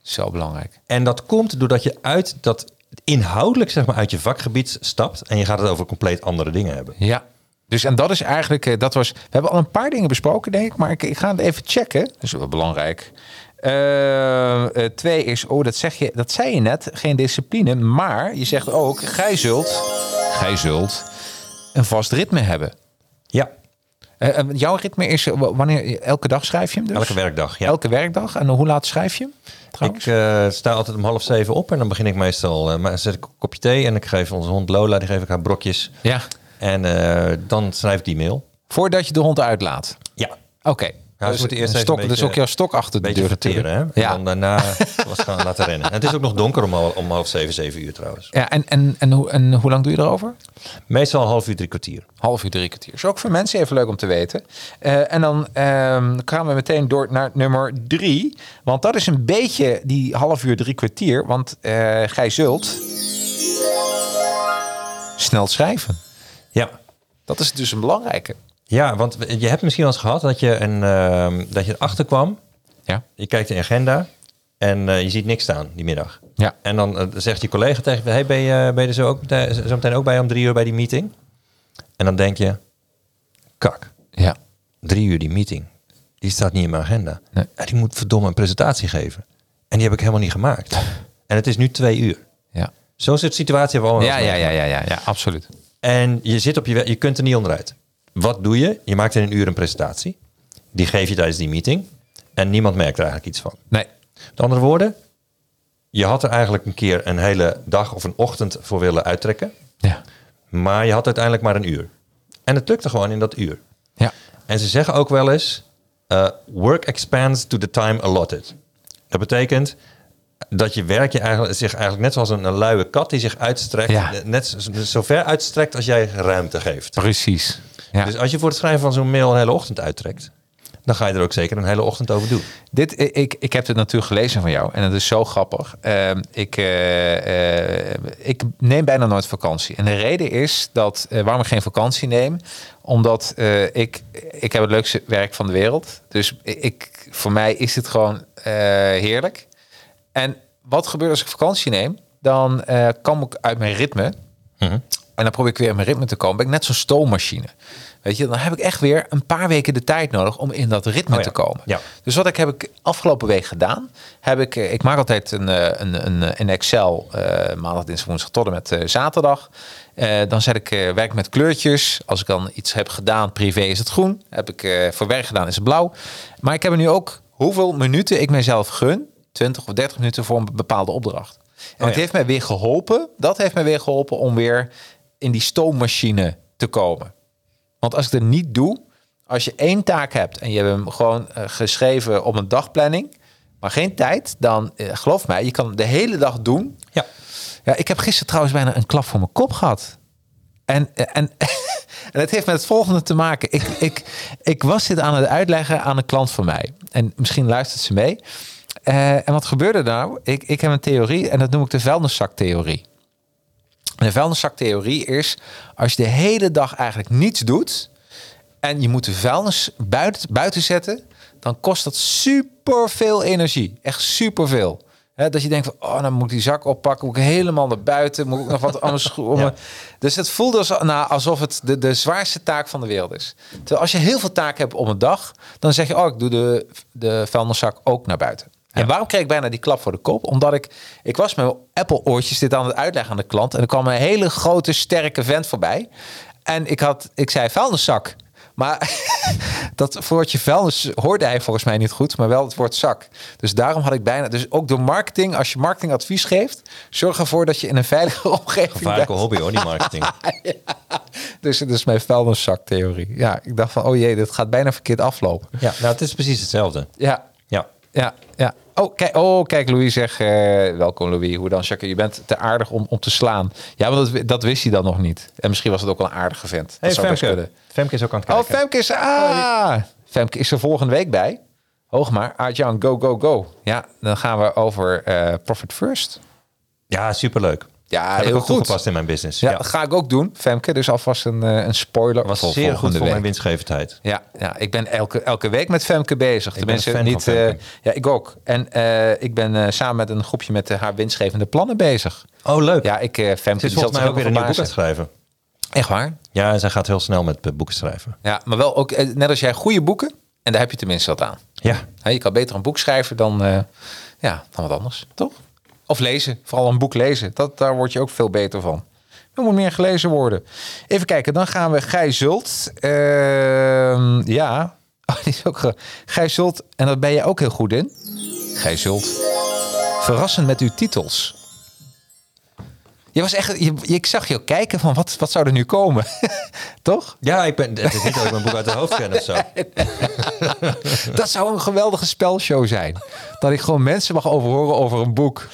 Speaker 1: Zo belangrijk.
Speaker 3: En dat komt doordat je uit dat inhoudelijk zeg maar uit je vakgebied stapt en je gaat het over compleet andere dingen hebben.
Speaker 1: Ja. Dus en dat is eigenlijk, eh, dat was, we hebben al een paar dingen besproken, denk ik, maar ik, ik ga het even checken. Dat is wel belangrijk. Eh, eh, twee is, oh, dat, zeg je, dat zei je net, geen discipline, maar je zegt ook, gij zult, gij zult een vast ritme hebben.
Speaker 3: Ja,
Speaker 1: Eh, eh, jouw ritme is, eh, wa- wanneer, elke dag schrijf je hem dus?
Speaker 3: elke werkdag. Ja.
Speaker 1: Elke werkdag. En hoe laat schrijf je hem? Trouwens?
Speaker 3: ik eh, sta altijd om half zeven op en dan begin ik meestal, eh, maar zet ik een kopje thee en ik geef onze hond Lola, die geef ik haar brokjes.
Speaker 1: Ja.
Speaker 3: En eh, dan schrijf ik die mail.
Speaker 1: Voordat je de hond uitlaat.
Speaker 3: Ja,
Speaker 1: Oké.
Speaker 3: ze
Speaker 1: dus,
Speaker 3: moeten eerst
Speaker 1: een
Speaker 3: even
Speaker 1: stok,
Speaker 3: een
Speaker 1: dus
Speaker 3: beetje-
Speaker 1: ook jouw stok achter
Speaker 3: een
Speaker 1: de
Speaker 3: beetje
Speaker 1: deur
Speaker 3: verteren. Hè? En
Speaker 1: natuurlijk. Ja.
Speaker 3: dan daarna was gaan laten rennen. En het is ook nog donker om, hal- om half zeven, zeven uur trouwens.
Speaker 1: Ja, en, en, en, hoe, en hoe lang doe je erover?
Speaker 3: Meestal een half uur, drie kwartier.
Speaker 1: Half uur, drie kwartier. Is ook voor mensen even leuk om te weten. Eh, en dan ehm, gaan we meteen door naar nummer drie. Want dat is een beetje die half uur, drie kwartier. Want eh, gij zult snel schrijven.
Speaker 3: Ja,
Speaker 1: Dat is dus een belangrijke.
Speaker 3: ja want je hebt misschien wel eens gehad dat je, een, ehm, dat je erachter kwam
Speaker 1: Ja.
Speaker 3: Je kijkt in de agenda en eh, je ziet niks staan die middag.
Speaker 1: Ja.
Speaker 3: En dan eh, zegt je collega tegen je, hey, ben, je, ben je er zo, ook, meteen- zo meteen ook bij om drie uur bij die meeting? En dan denk je, kak,
Speaker 1: Ja.
Speaker 3: drie uur die meeting, die staat niet in mijn agenda.
Speaker 1: Nee.
Speaker 3: En ik moet verdomme een presentatie geven. En die heb ik helemaal niet gemaakt. en het is nu twee uur.
Speaker 1: Ja.
Speaker 3: Zo'n soort situatie hebben we allemaal
Speaker 1: Ja,
Speaker 3: wel eens
Speaker 1: ja, ja, ja, ja, ja, absoluut.
Speaker 3: en je zit op je we- je kunt er niet onderuit. Wat doe je? Je maakt in een uur een presentatie. Die geef je tijdens die meeting. En niemand merkt er eigenlijk iets van.
Speaker 1: Nee.
Speaker 3: Met andere woorden, je had er eigenlijk een keer een hele dag of een ochtend voor willen uittrekken.
Speaker 1: Ja.
Speaker 3: Maar je had uiteindelijk maar een uur. En het lukte gewoon in dat uur.
Speaker 1: Ja.
Speaker 3: En ze zeggen ook wel eens: eh, work expands to the time allotted. Dat betekent dat je werk je eigenlijk, zich eigenlijk net zoals een, een luie kat die zich uitstrekt,
Speaker 1: Ja.
Speaker 3: eh, net zo, zo ver uitstrekt als jij ruimte geeft.
Speaker 1: Precies. Ja.
Speaker 3: Dus als je voor het schrijven van zo'n mail een hele ochtend uittrekt, dan ga je er ook zeker een hele ochtend over doen.
Speaker 1: Dit, i- ik, ik heb dit natuurlijk gelezen van jou en het is zo grappig. Ehm, ik, eh, eh, ik neem bijna nooit vakantie. En de reden is dat eh, waarom ik geen vakantie neem, omdat eh, ik, ik heb het leukste werk van de wereld. Dus i- ik, voor mij is het gewoon eh, heerlijk. En wat gebeurt als ik vakantie neem? Dan eh kom ik uit mijn ritme.
Speaker 3: Mhm.
Speaker 1: En dan probeer ik weer in mijn ritme te komen. Ben ik net zo'n stoommachine. Weet je, dan heb ik echt weer een paar weken de tijd nodig om in dat ritme
Speaker 3: Oh ja.
Speaker 1: te komen.
Speaker 3: Ja.
Speaker 1: Dus wat ik heb ik afgelopen week gedaan, heb ik, eh, ik maak altijd een, eh, een, een, eh, een Excel eh, maandag, dinsdag, woensdag tot en met eh, zaterdag. Eh, dan zet ik eh, werk met kleurtjes. Als ik dan iets heb gedaan, privé is het groen. Heb ik eh, voor werk gedaan, is het blauw. Maar ik heb er nu ook hoeveel minuten ik mezelf gun, 20 of 30 minuten voor een bepaalde opdracht. En het
Speaker 3: ja.
Speaker 1: heeft mij weer geholpen. Dat heeft mij weer geholpen om weer in die stoommachine te komen. Want als ik dat niet doe, als je één taak hebt en je hebt hem gewoon eh, geschreven op een dagplanning, maar geen tijd, dan eh, geloof mij, je kan hem de hele dag doen.
Speaker 3: Ja.
Speaker 1: Ja, ik heb gisteren trouwens bijna een klap voor mijn kop gehad. En, eh, en, en het heeft met het volgende te maken. Ik, ik, ik was dit aan het uitleggen aan een klant van mij. En misschien luistert ze mee. Eh, en wat gebeurde er nou? Ik, ik heb een theorie en dat noem ik de vuilniszaktheorie. En De vuilniszaktheorie is als je de hele dag eigenlijk niets doet en je moet de vuilnis buiten, buiten zetten, dan kost dat superveel energie. Echt superveel. Hè, dat je denkt van, oh, dan moet ik die zak oppakken, moet ik helemaal naar buiten, moet ik nog wat anders schoenen.
Speaker 3: Ja.
Speaker 1: Dus het voelde als, nou, alsof het de, de zwaarste taak van de wereld is. Terwijl als je heel veel taken hebt op een dag, dan zeg je, oh, ik doe de, de vuilniszak ook naar buiten. En waarom kreeg ik bijna die klap voor de kop? Omdat ik, ik was met mijn Apple-oortjes dit aan het uitleggen aan de klant. En er kwam een hele grote, sterke vent voorbij. En ik, had, ik zei, vuilniszak. Maar dat woordje vuilnis hoorde hij volgens mij niet goed, maar wel het woord zak. Dus daarom had ik bijna... Dus ook door marketing, als je marketingadvies geeft... zorg ervoor dat je in een veilige omgeving bent.
Speaker 3: Vaak een hobby hoor, die marketing.
Speaker 1: Dus het is mijn vuilniszaktheorie. Ja, ik dacht van, oh jee, dit gaat bijna verkeerd aflopen.
Speaker 3: ja, nou, het is precies hetzelfde.
Speaker 1: Ja,
Speaker 3: Ja.
Speaker 1: ja, ja. Oh, kijk, oh, kijk Louis zegt, eh, welkom Louis, hoe dan? Jacques, je bent te aardig om, om te slaan. Ja, want dat, dat wist hij dan nog niet. En misschien was het ook wel een aardige vent. Dat
Speaker 3: Hey,
Speaker 1: zou best
Speaker 3: Femke.
Speaker 1: kunnen.
Speaker 3: Femke is ook aan het
Speaker 1: Oh,
Speaker 3: kijken.
Speaker 1: Femke is, ah, Femke is er volgende week bij. Hoog maar, Arjan, go, go, go. Ja, dan gaan we over eh, Profit First.
Speaker 3: ja, superleuk.
Speaker 1: Ja,
Speaker 3: Heb ik
Speaker 1: heel
Speaker 3: ook
Speaker 1: goed.
Speaker 3: toegepast in mijn business.
Speaker 1: Ja, dat ga ik ook doen, Femke. Dus alvast een, eh, een spoiler
Speaker 3: was
Speaker 1: voor
Speaker 3: zeer goed
Speaker 1: volgende
Speaker 3: voor
Speaker 1: week.
Speaker 3: mijn winstgevendheid.
Speaker 1: Ja, ja, ik ben elke, elke week met Femke bezig.
Speaker 3: ben een
Speaker 1: Tenminste,
Speaker 3: fan van
Speaker 1: niet. eh,
Speaker 3: Femke.
Speaker 1: ja, ik ook. En eh, ik ben eh, samen met een groepje met eh, haar winstgevende plannen bezig.
Speaker 3: Oh, leuk.
Speaker 1: Ja, ik, eh Femke,
Speaker 3: Ze is
Speaker 1: die zal
Speaker 3: volgens mij ook weer een nieuw boek aan het
Speaker 1: verbazen.
Speaker 3: schrijven.
Speaker 1: Echt waar?
Speaker 3: Ja, en zij gaat heel snel met eh, boeken schrijven.
Speaker 1: Ja, maar wel ook, eh, net als jij, goede boeken. En daar heb je tenminste wat aan.
Speaker 3: Ja,
Speaker 1: Hè, je kan beter een boek schrijven dan, eh, ja, dan wat anders, toch? Of lezen, vooral een boek lezen. Dat, daar word je ook veel beter van. Er moet meer gelezen worden. Even kijken, dan gaan we Gij Zult. Ehm, ja, oh, die is ook ge- Gij Zult, en daar ben je ook heel goed in. Gij Zult. Verrassend met uw titels. Je was echt, je, ik zag je ook kijken van wat, wat zou er nu komen, toch?
Speaker 3: ja ik ben, het is niet dat ik mijn boek uit het hoofd ken of zo.
Speaker 1: Dat zou een geweldige spelshow zijn. Dat ik gewoon mensen mag overhoren over een boek.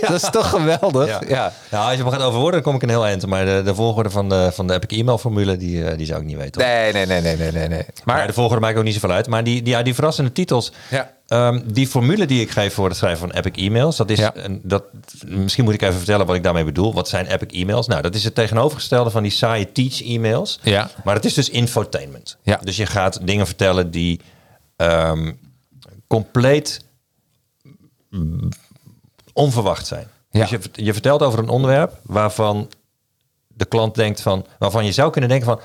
Speaker 1: Dat is toch geweldig? Ja. ja.
Speaker 3: Nou, als je me gaat overwoorden, dan kom ik een heel eind. Maar de, de volgorde van de, van de Epic e formule die, eh, die zou ik niet weten. hoor.
Speaker 1: Nee, nee, nee, nee, nee, nee, nee.
Speaker 3: Maar
Speaker 1: Maar
Speaker 3: de volgorde maakt ook niet zoveel uit. Maar die, die, ja, die verrassende titels.
Speaker 1: Ja.
Speaker 3: Ehm, die formule die ik geef voor het schrijven van epic e-mails. Dat is
Speaker 1: Ja.
Speaker 3: een, dat, misschien moet ik even vertellen wat ik daarmee bedoel. Wat zijn epic e-mails? Nou, dat is het tegenovergestelde van die saaie teach e-mails.
Speaker 1: Ja.
Speaker 3: Maar het is dus infotainment.
Speaker 1: Ja.
Speaker 3: Dus je gaat dingen vertellen die ehm, compleet mm, onverwacht zijn.
Speaker 1: Ja.
Speaker 3: Dus je, vert- je vertelt over een onderwerp waarvan de klant denkt van, waarvan je zou kunnen denken van,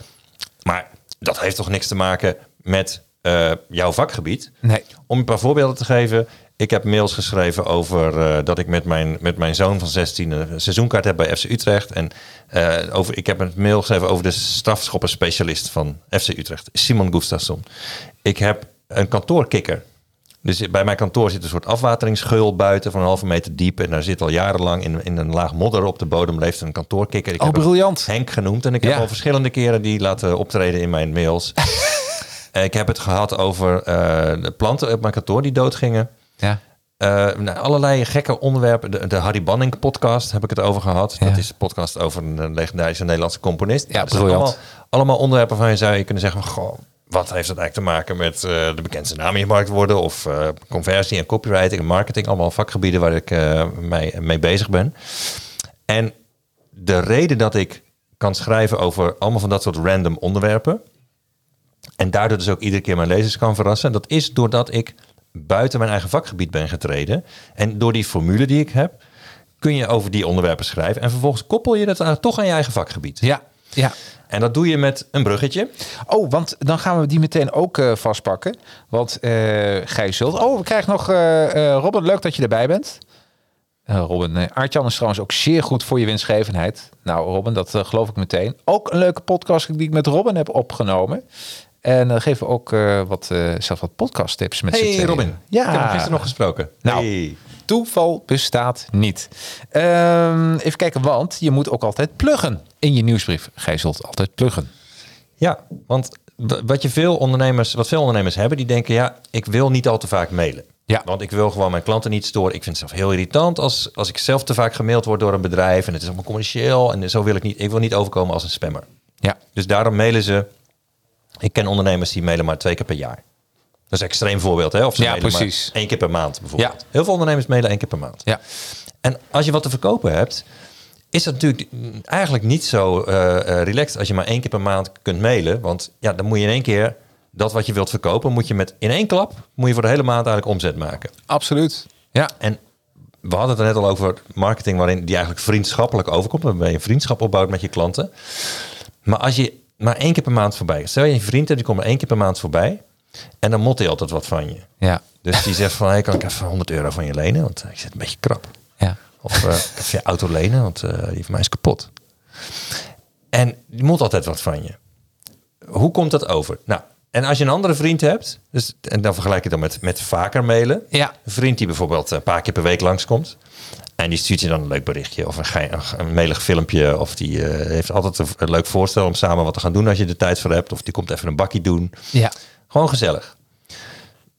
Speaker 3: maar dat heeft toch niks te maken met eh, jouw vakgebied?
Speaker 1: Nee.
Speaker 3: Om een paar voorbeelden te geven, ik heb mails geschreven over eh, dat ik met mijn, met mijn zoon van 16 een seizoenkaart heb bij FC Utrecht. En eh, over, ik heb een mail geschreven over de strafschopperspecialist van FC Utrecht, Simon Gustafsson. Ik heb een kantoorkikker. Dus bij mijn kantoor zit een soort afwateringsgeul buiten van een halve meter diep. En daar zit al jarenlang in, in een laag modder op de bodem leeft een kantoorkikker. Ik
Speaker 1: Oh,
Speaker 3: heb hem
Speaker 1: briljant.
Speaker 3: Henk genoemd. En ik
Speaker 1: Ja.
Speaker 3: heb al verschillende keren die laten optreden in mijn mails. Eh, ik heb het gehad over eh, de planten op mijn kantoor die doodgingen.
Speaker 1: Ja.
Speaker 3: Eh, nou, allerlei gekke onderwerpen. De, de Harry Banning podcast heb ik het over gehad.
Speaker 1: Ja.
Speaker 3: Dat is een podcast over een eh, legendarische Nederlandse componist.
Speaker 1: Ja,
Speaker 3: Dat zijn
Speaker 1: briljant.
Speaker 3: Allemaal, allemaal onderwerpen waarvan je zou je kunnen zeggen... Goh, wat heeft dat eigenlijk te maken met eh, de bekendste naam in je markt worden... of eh, conversie en copywriting en marketing. Allemaal vakgebieden waar ik eh, mee, mee bezig ben. En de reden dat ik kan schrijven over allemaal van dat soort random onderwerpen... En daardoor dus ook iedere keer mijn lezers kan verrassen. Dat is doordat ik buiten mijn eigen vakgebied ben getreden. En door die formule die ik heb, kun je over die onderwerpen schrijven. En vervolgens koppel je dat aan, toch aan je eigen vakgebied.
Speaker 1: Ja. Ja.
Speaker 3: En dat doe je met een bruggetje.
Speaker 1: Oh, want dan gaan we die meteen ook eh, vastpakken. Want eh Gijs Zult. Oh, we krijgen nog eh, eh, Robin. Leuk dat je erbij bent. Eh, Robin, eh, Aartjan is trouwens ook zeer goed voor je winstgevendheid. Nou, Robin, dat eh, geloof ik meteen. Ook een leuke podcast die ik met Robin heb opgenomen. En dan geven we ook eh, wat, eh, zelf wat podcasttips met z'n
Speaker 3: Hey
Speaker 1: tweeën.
Speaker 3: Robin,
Speaker 1: Ja.
Speaker 3: ik heb hem gisteren nog gesproken.
Speaker 1: Nou.
Speaker 3: Hey.
Speaker 1: Toeval bestaat niet. Ehm, even kijken, want je moet ook altijd pluggen in je nieuwsbrief. Gij zult altijd pluggen.
Speaker 3: Ja, want w- wat, je veel ondernemers, wat veel ondernemers hebben, die denken... ja, ik wil niet al te vaak mailen.
Speaker 1: Ja.
Speaker 3: Want ik wil gewoon mijn klanten niet storen. Ik vind het zelf heel irritant als, als ik zelf te vaak gemaild word door een bedrijf... en het is allemaal commercieel en zo wil ik niet... ik wil niet overkomen als een spammer.
Speaker 1: Ja,
Speaker 3: Dus daarom mailen ze. Ik ken ondernemers die mailen maar twee keer per jaar. Dat is een extreem voorbeeld, hè? Of ze
Speaker 1: Ja,
Speaker 3: mailen maar
Speaker 1: precies.
Speaker 3: één keer per maand bijvoorbeeld.
Speaker 1: Ja.
Speaker 3: Heel veel ondernemers mailen één keer per maand.
Speaker 1: ja.
Speaker 3: En als je wat te verkopen hebt, is dat natuurlijk mm, eigenlijk niet zo eh, eh, relaxed als je maar één keer per maand kunt mailen. Want ja, dan moet je in één keer dat wat je wilt verkopen, moet je met in één klap moet je voor de hele maand eigenlijk omzet maken.
Speaker 1: absoluut. Ja,
Speaker 3: En we hadden het er net al over marketing, waarin die eigenlijk vriendschappelijk overkomt. Waarbij je een vriendschap opbouwt met je klanten. Maar als je maar één keer per maand voorbij stel je een vriend hebt, die komt maar één keer per maand voorbij. En dan mot hij altijd wat van je.
Speaker 1: ja,
Speaker 3: Dus die zegt van, hey, kan ik even 100 euro van je lenen? Want eh, ik zit een beetje krap.
Speaker 1: ja.
Speaker 3: Of eh even je auto lenen, want eh, die van mij is kapot. En die moet altijd wat van je. Hoe komt dat over? Nou, en als je een andere vriend hebt, dus, en dan vergelijk ik dat met, met vaker mailen.
Speaker 1: Ja.
Speaker 3: Een vriend die bijvoorbeeld een paar keer per week langskomt. En die stuurt je dan een leuk berichtje of een, gein- een ge- een melig filmpje. Of die eh, heeft altijd een, een leuk voorstel om samen wat te gaan doen als je er tijd voor hebt. Of die komt even een bakkie doen.
Speaker 1: Ja,
Speaker 3: Gewoon gezellig.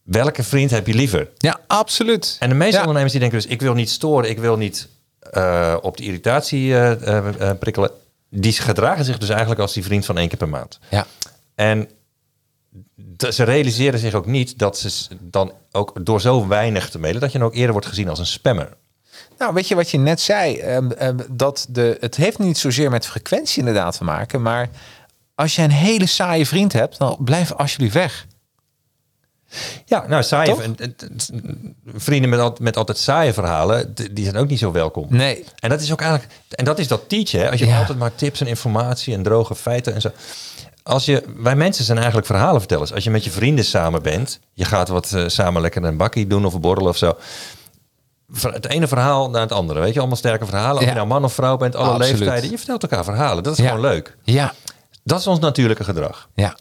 Speaker 3: Welke vriend heb je liever?
Speaker 1: ja absoluut.
Speaker 3: En de meeste
Speaker 1: ja.
Speaker 3: ondernemers die denken dus, ik wil niet storen, ik wil niet eh, op de irritatie eh, eh, eh, prikkelen. Die gedragen zich dus eigenlijk als die vriend van één keer per maand.
Speaker 1: Ja,
Speaker 3: En d- ze realiseren zich ook niet dat ze s- dan ook door zo weinig te mailen, dat je dan ook eerder wordt gezien als een spammer.
Speaker 1: nou weet je wat je net zei? Ehm, ehm, dat de, het heeft niet zozeer met frequentie inderdaad te maken, maar als je een hele saaie vriend hebt, dan blijf alsjeblieft weg.
Speaker 3: Ja, nou, saaie,
Speaker 1: Toch?
Speaker 3: en- en- en- vrienden met, al- met altijd saaie verhalen, d- die zijn ook niet zo welkom.
Speaker 1: Nee.
Speaker 3: En dat is ook eigenlijk, en dat is dat teachen. Hè? Als je
Speaker 1: Ja.
Speaker 3: altijd maar tips en informatie en droge feiten en zo. Als je, wij mensen zijn eigenlijk verhalenvertellers. Als je met je vrienden samen bent, je gaat wat eh, samen lekker een bakkie doen of een borrel of zo. Van het ene verhaal naar het andere. Weet je, allemaal sterke verhalen. Of
Speaker 1: Ja.
Speaker 3: je nou man of vrouw bent, alle
Speaker 1: Absoluut.
Speaker 3: leeftijden. Je vertelt elkaar verhalen. Dat is
Speaker 1: Ja.
Speaker 3: gewoon leuk.
Speaker 1: Ja,
Speaker 3: Dat is ons natuurlijke gedrag.
Speaker 1: ja,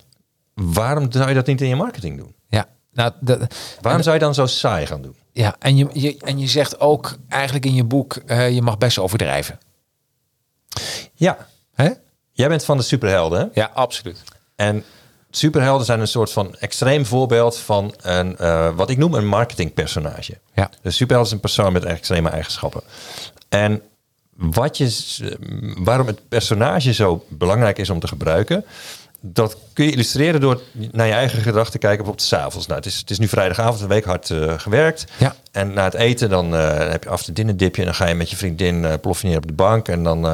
Speaker 3: Waarom zou je dat niet in je marketing doen?
Speaker 1: ja. Nou, dat,
Speaker 3: Waarom zou je dan zo saai gaan doen?
Speaker 1: Ja, en je, je, en je zegt ook eigenlijk in je boek, eh, je mag best overdrijven.
Speaker 3: Ja,
Speaker 1: Hè?
Speaker 3: jij bent van de superhelden. hè?
Speaker 1: Ja, absoluut.
Speaker 3: En superhelden zijn een soort van extreem voorbeeld van een, eh, wat ik noem een marketingpersonage.
Speaker 1: Ja.
Speaker 3: Dus superheld is een persoon met extreme eigenschappen. En wat je, s- waarom het personage zo belangrijk is om te gebruiken, dat kun je illustreren door naar je eigen gedrag te kijken, bijvoorbeeld s'avonds. Nou, het, is, het is nu vrijdagavond, een week hard eh, gewerkt.
Speaker 1: Ja.
Speaker 3: En na het eten dan eh, heb je af de dinner dipje en dan ga je met je vriendin eh, plof je neer op de bank. En dan eh,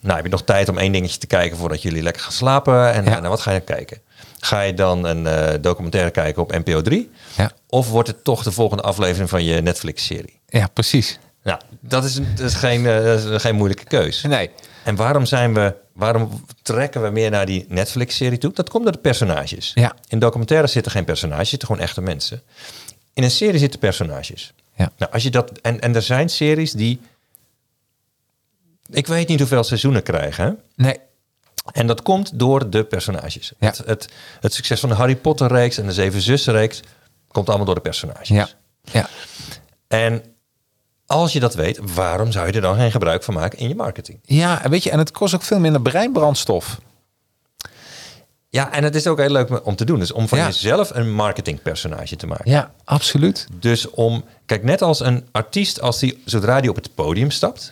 Speaker 3: nou, heb je nog tijd om één dingetje te kijken voordat jullie lekker gaan slapen. En
Speaker 1: Ja.
Speaker 3: eh, naar wat ga je kijken? Ga je dan een eh, documentaire kijken op NPO 3?
Speaker 1: Ja.
Speaker 3: Of wordt het toch de volgende aflevering van je Netflix-serie?
Speaker 1: Ja, precies.
Speaker 3: Nou, dat is, dat is, geen, eh, dat is geen moeilijke keus.
Speaker 1: Nee.
Speaker 3: En waarom, zijn we, waarom trekken we meer naar die Netflix-serie toe? Dat komt door de personages.
Speaker 1: Ja.
Speaker 3: In documentaires zitten geen personages, zitten gewoon echte mensen. In een serie zitten personages.
Speaker 1: Ja.
Speaker 3: Nou, als je dat, en, en er zijn series die... Ik weet niet hoeveel seizoenen krijgen, hè?
Speaker 1: Nee.
Speaker 3: En dat komt door de personages.
Speaker 1: Ja.
Speaker 3: Het, het, het succes van de Harry Potter reeks en de Zeven Zussen reeks komt allemaal door de personages.
Speaker 1: Ja. ja.
Speaker 3: En als je dat weet, waarom zou je er dan geen gebruik van maken in je marketing?
Speaker 1: Ja, en weet je, en het kost ook veel minder breinbrandstof.
Speaker 3: Ja, en het is ook heel leuk om te doen. Dus om van
Speaker 1: Ja.
Speaker 3: jezelf een marketingpersonage te maken.
Speaker 1: Ja, absoluut.
Speaker 3: Dus om, kijk, net als een artiest, als die, zodra die op het podium stapt,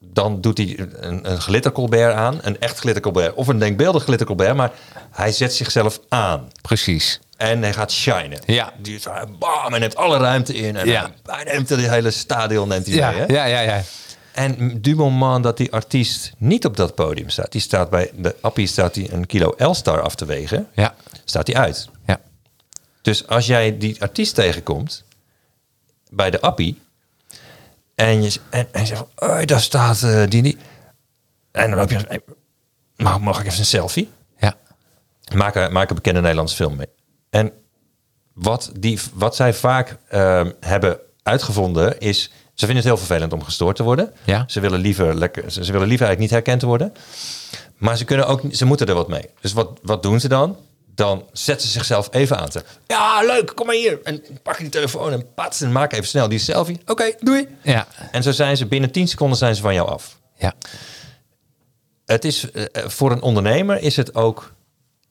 Speaker 3: dan doet hij een, een glittercolbert aan, een echt glittercolbert of een denkbeeldig glittercolbert, maar hij zet zichzelf aan
Speaker 1: Precies.
Speaker 3: en hij gaat shinen.
Speaker 1: Ja.
Speaker 3: Die is, eh, bam, en neemt alle ruimte in en
Speaker 1: Ja.
Speaker 3: hij, hij neemt het hele stadion neemt hij
Speaker 1: Ja,
Speaker 3: mee. Hè?
Speaker 1: ja, ja, ja.
Speaker 3: En du moment dat die artiest niet op dat podium staat, die staat bij de appie staat hij een kilo L-star af te wegen,
Speaker 1: Ja.
Speaker 3: staat hij uit.
Speaker 1: Ja.
Speaker 3: Dus als jij die artiest tegenkomt bij de appie en je z- en, en je zegt, van, "Oei, daar staat eh, die die. En dan heb je, "Hey, mag, mag ik even een selfie?
Speaker 1: Ja.
Speaker 3: Maak een, maak een bekende Nederlandse film mee. En wat, die, wat zij vaak ehm, hebben uitgevonden is, ze vinden het heel vervelend om gestoord te worden.
Speaker 1: Ja.
Speaker 3: Ze willen liever lekker, ze, ze willen liever eigenlijk niet herkend worden. Maar ze kunnen ook, ze moeten er wat mee. Dus wat, wat doen ze dan? Dan zetten ze zichzelf even aan. Ze, ja, leuk, kom maar hier. En pak die telefoon en pats en maak even snel die selfie. Oké, doei.
Speaker 1: Ja.
Speaker 3: En zo zijn ze binnen 10 seconden zijn ze van jou af.
Speaker 1: Ja.
Speaker 3: Het is eh, eh, voor een ondernemer is het ook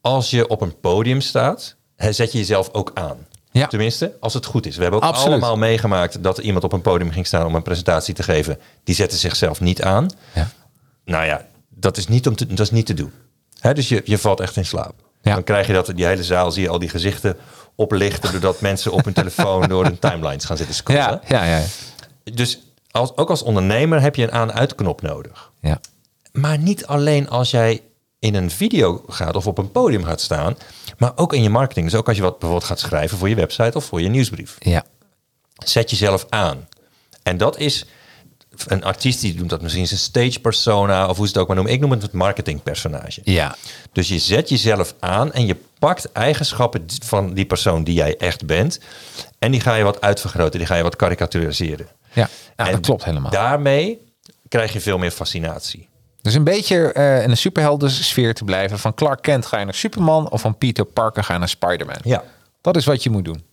Speaker 3: als je op een podium staat, hè, zet je jezelf ook aan.
Speaker 1: Ja.
Speaker 3: Tenminste, als het goed is. We hebben ook
Speaker 1: Absoluut.
Speaker 3: allemaal meegemaakt dat iemand op een podium ging staan om een presentatie te geven. Die zette zichzelf niet aan.
Speaker 1: Ja.
Speaker 3: Nou ja, dat is niet, om te, dat is niet te doen. Hè, dus je, je valt echt in slaap.
Speaker 1: Ja.
Speaker 3: Dan krijg je dat, die hele zaal, zie je al die gezichten oplichten... doordat mensen op hun telefoon door hun timelines gaan zitten scrollen.
Speaker 1: Ja. Ja. Ja.
Speaker 3: Dus als, ook als ondernemer heb je een aan-uitknop nodig.
Speaker 1: Ja.
Speaker 3: Maar niet alleen als jij in een video gaat of op een podium gaat staan, maar ook in je marketing. Dus ook als je wat bijvoorbeeld gaat schrijven voor je website of voor je nieuwsbrief.
Speaker 1: Ja.
Speaker 3: Zet jezelf aan. En dat is een artiest die doet dat misschien zijn stage persona of hoe ze het ook maar noemen. Ik noem het het marketingpersonage.
Speaker 1: Ja.
Speaker 3: Dus je zet jezelf aan en je pakt eigenschappen d- van die persoon die jij echt bent. En die ga je wat uitvergroten, die ga je wat karikaturiseren.
Speaker 1: Ja. Ja,
Speaker 3: En
Speaker 1: dat klopt helemaal.
Speaker 3: Daarmee krijg je veel meer fascinatie.
Speaker 1: Dus een beetje eh, in een superheldensfeer te blijven. Van Clark Kent ga je naar Superman of van Peter Parker ga je naar Spider-Man.
Speaker 3: Ja.
Speaker 1: Dat is wat je moet doen.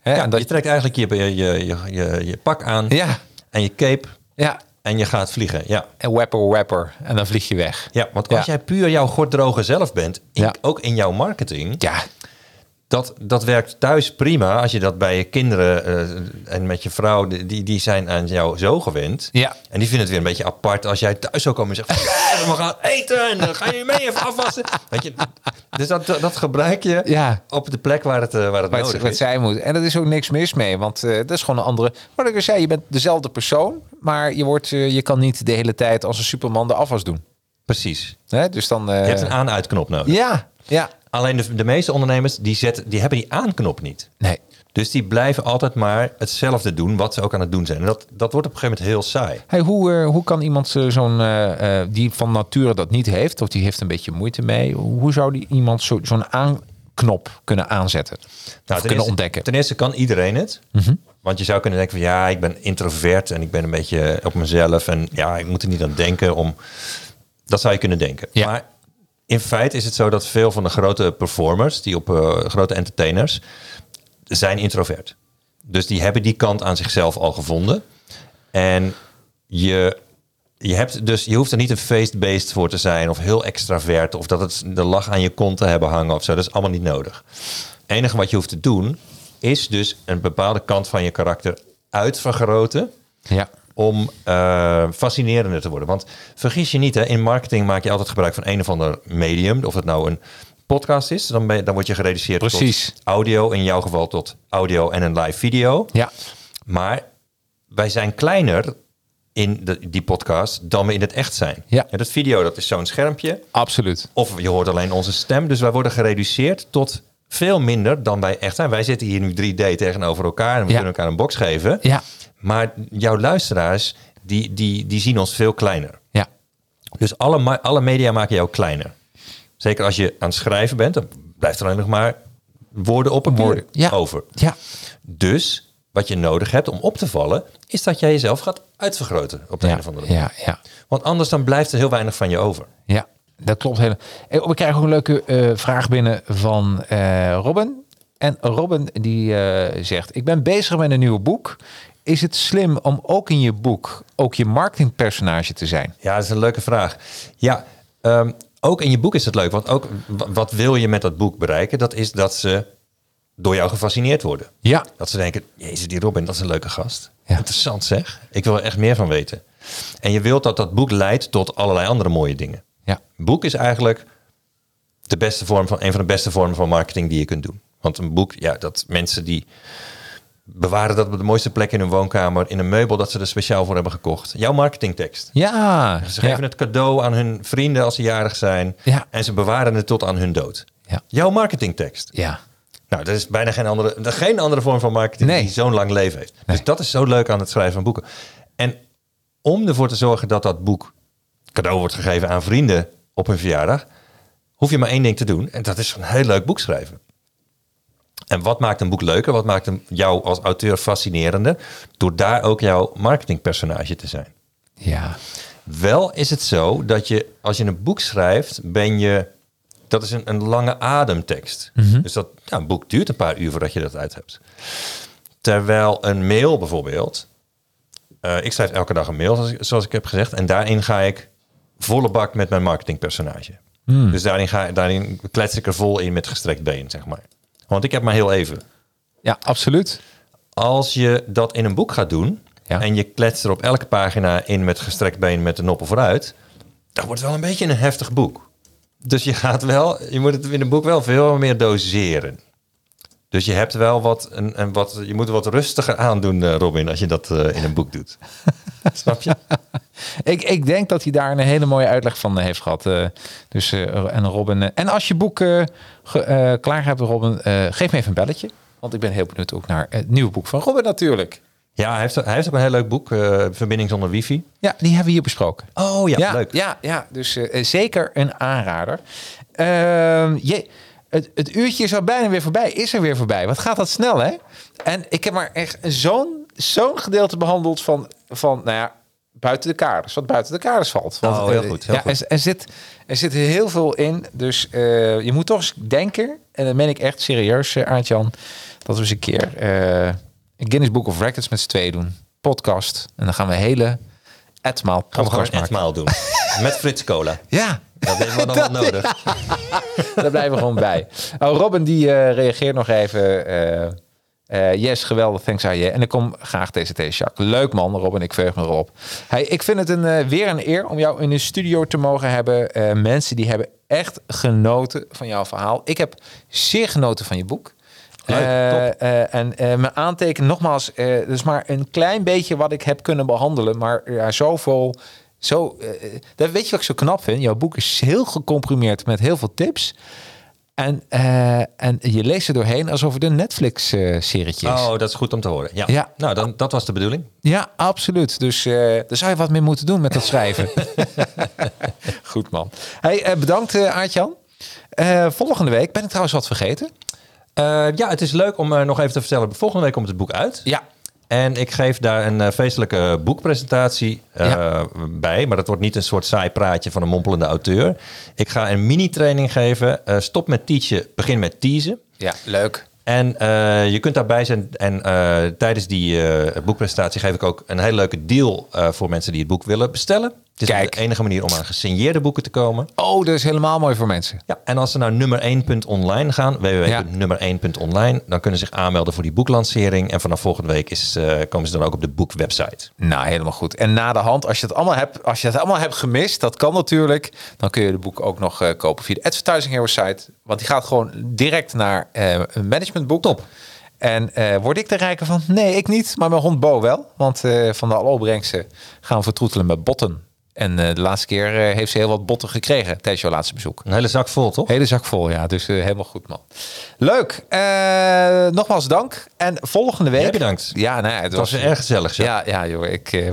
Speaker 1: Hè,
Speaker 3: Ja,
Speaker 1: en dat,
Speaker 3: je trekt eigenlijk je, je, je, je, je, je pak aan
Speaker 1: Ja.
Speaker 3: en je cape
Speaker 1: ja.
Speaker 3: en je gaat vliegen. Ja,
Speaker 1: En wapper, wapper. En dan vlieg je weg.
Speaker 3: ja want als
Speaker 1: Ja.
Speaker 3: jij puur jouw goddroge zelf bent, in-
Speaker 1: Ja.
Speaker 3: ook in jouw marketing,
Speaker 1: Ja.
Speaker 3: dat, dat werkt thuis prima als je dat bij je kinderen eh, en met je vrouw, die, die zijn aan jou zo gewend.
Speaker 1: Ja.
Speaker 3: En die vinden het weer een beetje apart als jij thuis zou komen en zegt, "Ja, we gaan eten en dan ga je mee even afwassen. Weet je, dus dat, dat gebruik je
Speaker 1: Ja.
Speaker 3: op de plek waar het, eh, waar het
Speaker 1: Waar het,
Speaker 3: nodig
Speaker 1: waar
Speaker 3: is.
Speaker 1: het zijn moet. En er is ook niks mis mee. Want eh, dat is gewoon een andere. Wat ik al zei, je bent dezelfde persoon. Maar je, wordt, eh, je kan niet de hele tijd als een Superman de afwas doen.
Speaker 3: Precies.
Speaker 1: Hè? Dus dan. eh,
Speaker 3: Je hebt een aan-uitknop nodig.
Speaker 1: ja. Ja.
Speaker 3: Alleen de, de meeste ondernemers die, zetten, die hebben die aanknop niet.
Speaker 1: Nee.
Speaker 3: Dus die blijven altijd maar hetzelfde doen wat ze ook aan het doen zijn. En dat, dat wordt op een gegeven moment heel saai. Nou,
Speaker 1: Hey, hoe, eh, hoe kan iemand eh, zo'n eh, eh, die van nature dat niet heeft, of die heeft een beetje moeite mee, hoe zou die iemand zo, zo'n aanknop kunnen aanzetten?
Speaker 3: Nou,
Speaker 1: Nou,
Speaker 3: ten
Speaker 1: kunnen
Speaker 3: eerste-
Speaker 1: ontdekken. Mhm.
Speaker 3: Ten eerste kan iedereen het. Want je zou kunnen denken van ja, ik ben introvert en ik ben een beetje op mezelf. En ja, ik moet er niet aan denken om... Dat zou je kunnen denken.
Speaker 1: Ja.
Speaker 3: Maar in feite is het zo dat veel van de grote performers, die op eh, grote entertainers, zijn introvert. Dus die hebben die kant aan zichzelf al gevonden. En je, je, hebt dus, je hoeft er niet een feestbeest voor te zijn of heel extravert of dat het de lach aan je kont te hebben hangen of zo. Dat is allemaal niet nodig. Het enige wat je hoeft te doen is dus een bepaalde kant van je karakter uitvergroten
Speaker 1: Ja.
Speaker 3: om eh, fascinerender te worden. Want vergis je niet, hè, in marketing maak je altijd gebruik van een of ander medium. Of het nou een podcast is, dan, ben je- dan word je gereduceerd
Speaker 1: Precies.
Speaker 3: tot audio. In jouw geval tot audio en een live video.
Speaker 1: Ja.
Speaker 3: Maar wij zijn kleiner in de, die podcast dan we in het echt zijn.
Speaker 1: Ja.
Speaker 3: En dat video, dat is zo'n schermpje.
Speaker 1: Absoluut.
Speaker 3: Of je hoort alleen onze stem. Dus wij worden gereduceerd tot veel minder dan wij echt zijn. Wij zitten hier nu 3D tegenover elkaar en we
Speaker 1: Ja.
Speaker 3: kunnen elkaar een box geven.
Speaker 1: Ja.
Speaker 3: Maar jouw luisteraars, die, die, die zien ons veel kleiner.
Speaker 1: Ja.
Speaker 3: Dus alle, ma- alle media maken jou kleiner. Zeker als je aan het schrijven bent, dan blijft er alleen nog maar woorden op papier
Speaker 1: Woorden. Ja.
Speaker 3: over.
Speaker 1: Ja.
Speaker 3: Dus wat je nodig hebt om op te vallen, is dat jij jezelf gaat uitvergroten op de
Speaker 1: Ja.
Speaker 3: een of andere manier.
Speaker 1: Ja. Ja.
Speaker 3: Want anders dan blijft er heel weinig van je over.
Speaker 1: Ja. Dat klopt helemaal. Eh, We krijgen ook een leuke eh, vraag binnen van eh, Robin. En Robin die eh, zegt, ik ben bezig met een nieuw boek. Is het slim om ook in je boek ook je marketingpersonage te zijn?
Speaker 3: Ja, dat is een leuke vraag. Ja, ehm, ook in je boek is het leuk. Want ook w- wat wil je met dat boek bereiken? Dat is dat ze door jou gefascineerd worden.
Speaker 1: Ja.
Speaker 3: Dat ze denken, jezus, die Robin, dat is een leuke gast.
Speaker 1: Ja.
Speaker 3: Interessant zeg. Ik wil er echt meer van weten. En je wilt dat dat boek leidt tot allerlei andere mooie dingen.
Speaker 1: Ja.
Speaker 3: Een boek is eigenlijk de beste vorm van, een van de beste vormen van marketing die je kunt doen. Want een boek, ja, dat mensen die bewaren dat op de mooiste plek in hun woonkamer, in een meubel dat ze er speciaal voor hebben gekocht. Jouw marketingtekst.
Speaker 1: Ja.
Speaker 3: Ze
Speaker 1: ja.
Speaker 3: geven het cadeau aan hun vrienden als ze jarig zijn.
Speaker 1: Ja.
Speaker 3: En ze bewaren het tot aan hun dood.
Speaker 1: Ja.
Speaker 3: Jouw marketingtekst.
Speaker 1: Ja.
Speaker 3: Nou, er is bijna geen andere, er- geen andere vorm van marketing
Speaker 1: Nee.
Speaker 3: die zo'n lang leven heeft.
Speaker 1: Nee.
Speaker 3: Dus dat is zo leuk aan het schrijven van boeken. En om ervoor te zorgen dat dat boek cadeau wordt gegeven aan vrienden op hun verjaardag, hoef je maar één ding te doen. En dat is een heel leuk boek schrijven. En wat maakt een boek leuker? Wat maakt hem, jou als auteur fascinerender? Door daar ook jouw marketingpersonage te zijn.
Speaker 1: Ja.
Speaker 3: Wel is het zo dat je, als je een boek schrijft, ben je. Dat is een, een lange ademtekst. Dus dat nou, een boek duurt een paar uur voordat je dat uit hebt. Terwijl een mail bijvoorbeeld. eh, ik schrijf elke dag een mail, zoals ik, zoals ik heb gezegd. En daarin ga ik volle bak met mijn marketingpersonage. Dus daarin, ga, daarin klets ik er vol in met gestrekt been, zeg maar. Want ik heb maar heel even
Speaker 1: Ja, absoluut.
Speaker 3: als je dat in een boek gaat doen
Speaker 1: Ja.
Speaker 3: en je kletst er op elke pagina in met gestrekt been met de noppel vooruit, dat wordt wel een beetje een heftig boek. Dus je gaat wel, je moet het in een boek wel veel meer doseren. Dus je hebt wel wat, een, een wat je moet wat rustiger aandoen, eh, Robin, als je dat eh, in een boek doet. Snap je?
Speaker 1: Ik, ik denk dat hij daar een hele mooie uitleg van eh, heeft gehad. eh. dus, eh, en, Robin, eh, en als je boek eh, ge- eh, klaar hebt, Robin, eh, geef me even een belletje. Want ik ben heel benieuwd ook naar het nieuwe boek van Robin natuurlijk.
Speaker 3: Ja, hij heeft, hij heeft ook een heel leuk boek, eh, Verbinding zonder wifi.
Speaker 1: Ja, die hebben we hier besproken.
Speaker 3: Oh ja,
Speaker 1: ja,
Speaker 3: leuk.
Speaker 1: Ja, ja dus eh, zeker een aanrader. Ehm, jee, het, het uurtje is al bijna weer voorbij. Is er weer voorbij. Wat gaat dat snel, hè? En ik heb maar echt zo'n zo'n gedeelte behandeld van, van, nou ja, buiten de kaders. Wat buiten de kaders valt. Want,
Speaker 3: Oh, heel
Speaker 1: eh,
Speaker 3: goed, heel
Speaker 1: ja,
Speaker 3: goed.
Speaker 1: Er, er zit, er zit heel veel in. Dus eh, je moet toch eens denken, en dat meen ik echt serieus, eh Aart-Jan, dat we eens een keer eh, een Guinness Book of Records met z'n tweeën doen. Podcast. En dan gaan we een hele etmaal
Speaker 3: Gaan we gewoon
Speaker 1: podcast maken.
Speaker 3: een etmaal doen. Met Frits Cola.
Speaker 1: Ja,
Speaker 3: Dat hebben we dan wel nodig.
Speaker 1: Daar blijven we gewoon bij. Oh, Robin die eh, reageert nog even. eh, eh, yes, geweldig, thanks aan je. En ik kom graag TCT, Jacques. Leuk man, Robin, ik verheug me erop. Hey, ik vind het een, eh, weer een eer om jou in de studio te mogen hebben. Eh, mensen die hebben echt genoten van jouw verhaal. Ik heb zeer genoten van je boek.
Speaker 3: Leuk,
Speaker 1: Eh,
Speaker 3: top.
Speaker 1: eh, en eh, mijn aanteken, nogmaals, eh dus maar een klein beetje wat ik heb kunnen behandelen, maar ja, zoveel. Zo, eh, dat weet je wat ik zo knap vind? Jouw boek is heel gecomprimeerd met heel veel tips. En, eh, en je leest er doorheen alsof het een Netflix-serietje is.
Speaker 3: Oh, dat is goed om te horen. Ja.
Speaker 1: Ja.
Speaker 3: Nou, dan, dat was de bedoeling.
Speaker 1: Ja, absoluut. Dus eh, daar zou je wat mee moeten doen met dat schrijven. Goed man. Hey, eh, bedankt eh Aartjan. Eh, volgende week ben ik trouwens wat vergeten.
Speaker 3: Eh, ja, het is leuk om eh, nog even te vertellen. Volgende week komt het boek uit.
Speaker 1: Ja,
Speaker 3: En ik geef daar een eh, feestelijke boekpresentatie eh,
Speaker 1: Ja.
Speaker 3: bij. Maar dat wordt niet een soort saai praatje van een mompelende auteur. Ik ga een mini-training geven. Eh, stop met teachen, begin met teasen.
Speaker 1: ja leuk.
Speaker 3: En eh, je kunt daarbij zijn. En eh, tijdens die eh, boekpresentatie geef ik ook een hele leuke deal eh, voor mensen die het boek willen bestellen. Het is
Speaker 1: Kijk.
Speaker 3: de enige manier om aan gesigneerde boeken te komen.
Speaker 1: Oh, dat is helemaal mooi voor mensen.
Speaker 3: Ja, en als ze naar nummer1.online gaan, www.nummer1.online, dan kunnen ze zich aanmelden voor die boeklancering. En vanaf volgende week is, eh, komen ze dan ook op de boekwebsite.
Speaker 1: Nou, helemaal goed. En na de hand, als je het allemaal hebt, als je het allemaal hebt gemist, dat kan natuurlijk, dan kun je de boek ook nog eh, kopen via de Advertising Heroes site. Want die gaat gewoon direct naar eh, een managementboek. Top. En eh, word ik er rijker van? Nee, ik niet, maar mijn hond Bo wel. Want eh, van de alle opbrengsten gaan we vertroetelen met botten. En eh, de laatste keer eh, heeft ze heel wat botten gekregen tijdens jouw laatste bezoek.
Speaker 3: Een hele zak vol, toch?
Speaker 1: Hele zak vol, ja. Dus eh, helemaal goed, man. Leuk. Eh, nogmaals dank. En volgende week...
Speaker 3: Jij bedankt.
Speaker 1: Ja, nou ja, het
Speaker 3: Het was
Speaker 1: was
Speaker 3: weer erg gezellig, zeg.
Speaker 1: ja, ja joh, ik eh,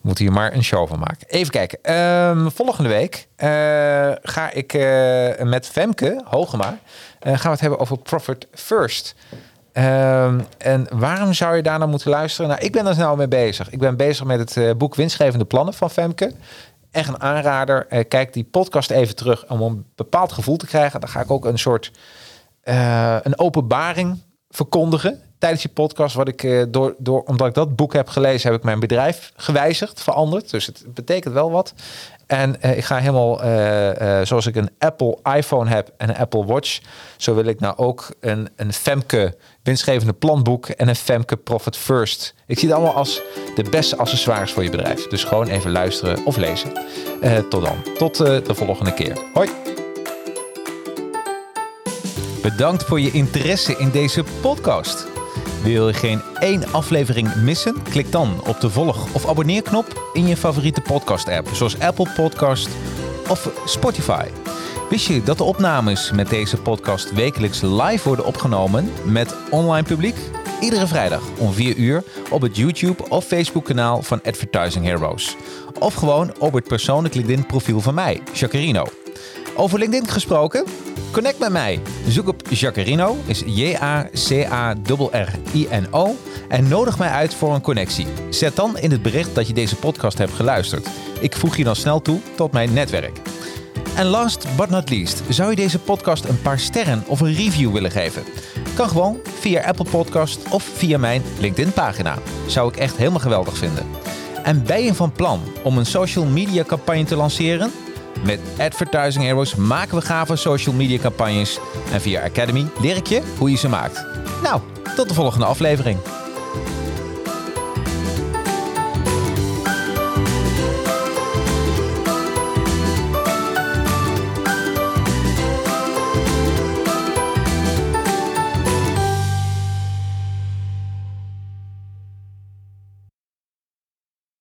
Speaker 1: moet hier maar een show van maken. Even kijken. Ehm, volgende week eh, ga ik eh, met Femke Hogema eh, gaan we het hebben over Profit First. Ehm, en waarom zou je daar Nou, naar moeten luisteren? Nou, ik ben er snel mee bezig. Ik ben bezig met het eh, boek Winstgevende Plannen van Femke. Echt een aanrader. Eh, kijk die podcast even terug om een bepaald gevoel te krijgen. Dan ga ik ook een soort eh, een openbaring verkondigen tijdens je podcast. Wat ik, eh, door, door, omdat ik dat boek heb gelezen, heb ik mijn bedrijf gewijzigd, veranderd. Dus het betekent wel wat. En eh, ik ga helemaal, eh, eh, zoals ik een Apple iPhone heb en een Apple Watch, zo wil ik nou ook een, een Femke winstgevende planboek en een Femke Profit First. Ik zie het allemaal als de beste accessoires voor je bedrijf. Dus gewoon even luisteren of lezen. Eh, tot dan. Tot eh, de volgende keer. Hoi. Bedankt voor je interesse in deze podcast. Wil je geen één aflevering missen? Klik dan op de volg- of abonneerknop in je favoriete podcast-app, zoals Apple Podcast of Spotify. Wist je dat de opnames met deze podcast wekelijks live worden opgenomen met online publiek? Iedere vrijdag om 4 uur op het YouTube of Facebook kanaal van Advertising Heroes. Of gewoon op het persoonlijk LinkedIn profiel van mij, Jacarino. Over LinkedIn gesproken? Connect met mij. Zoek op Jacarino, is J-A-C-A-R-R-I-N-O. En nodig mij uit voor een connectie. Zet dan in het bericht dat je deze podcast hebt geluisterd. Ik voeg je dan snel toe tot mijn netwerk. En last but not least, zou je deze podcast een paar sterren of een review willen geven? Kan gewoon via Apple Podcast of via mijn LinkedIn-pagina. Zou ik echt helemaal geweldig vinden. En ben je van plan om een social media campagne te lanceren? Met Advertising Heroes maken we gave social media campagnes. En via Academy leer ik je hoe je ze maakt. Nou, tot de volgende aflevering.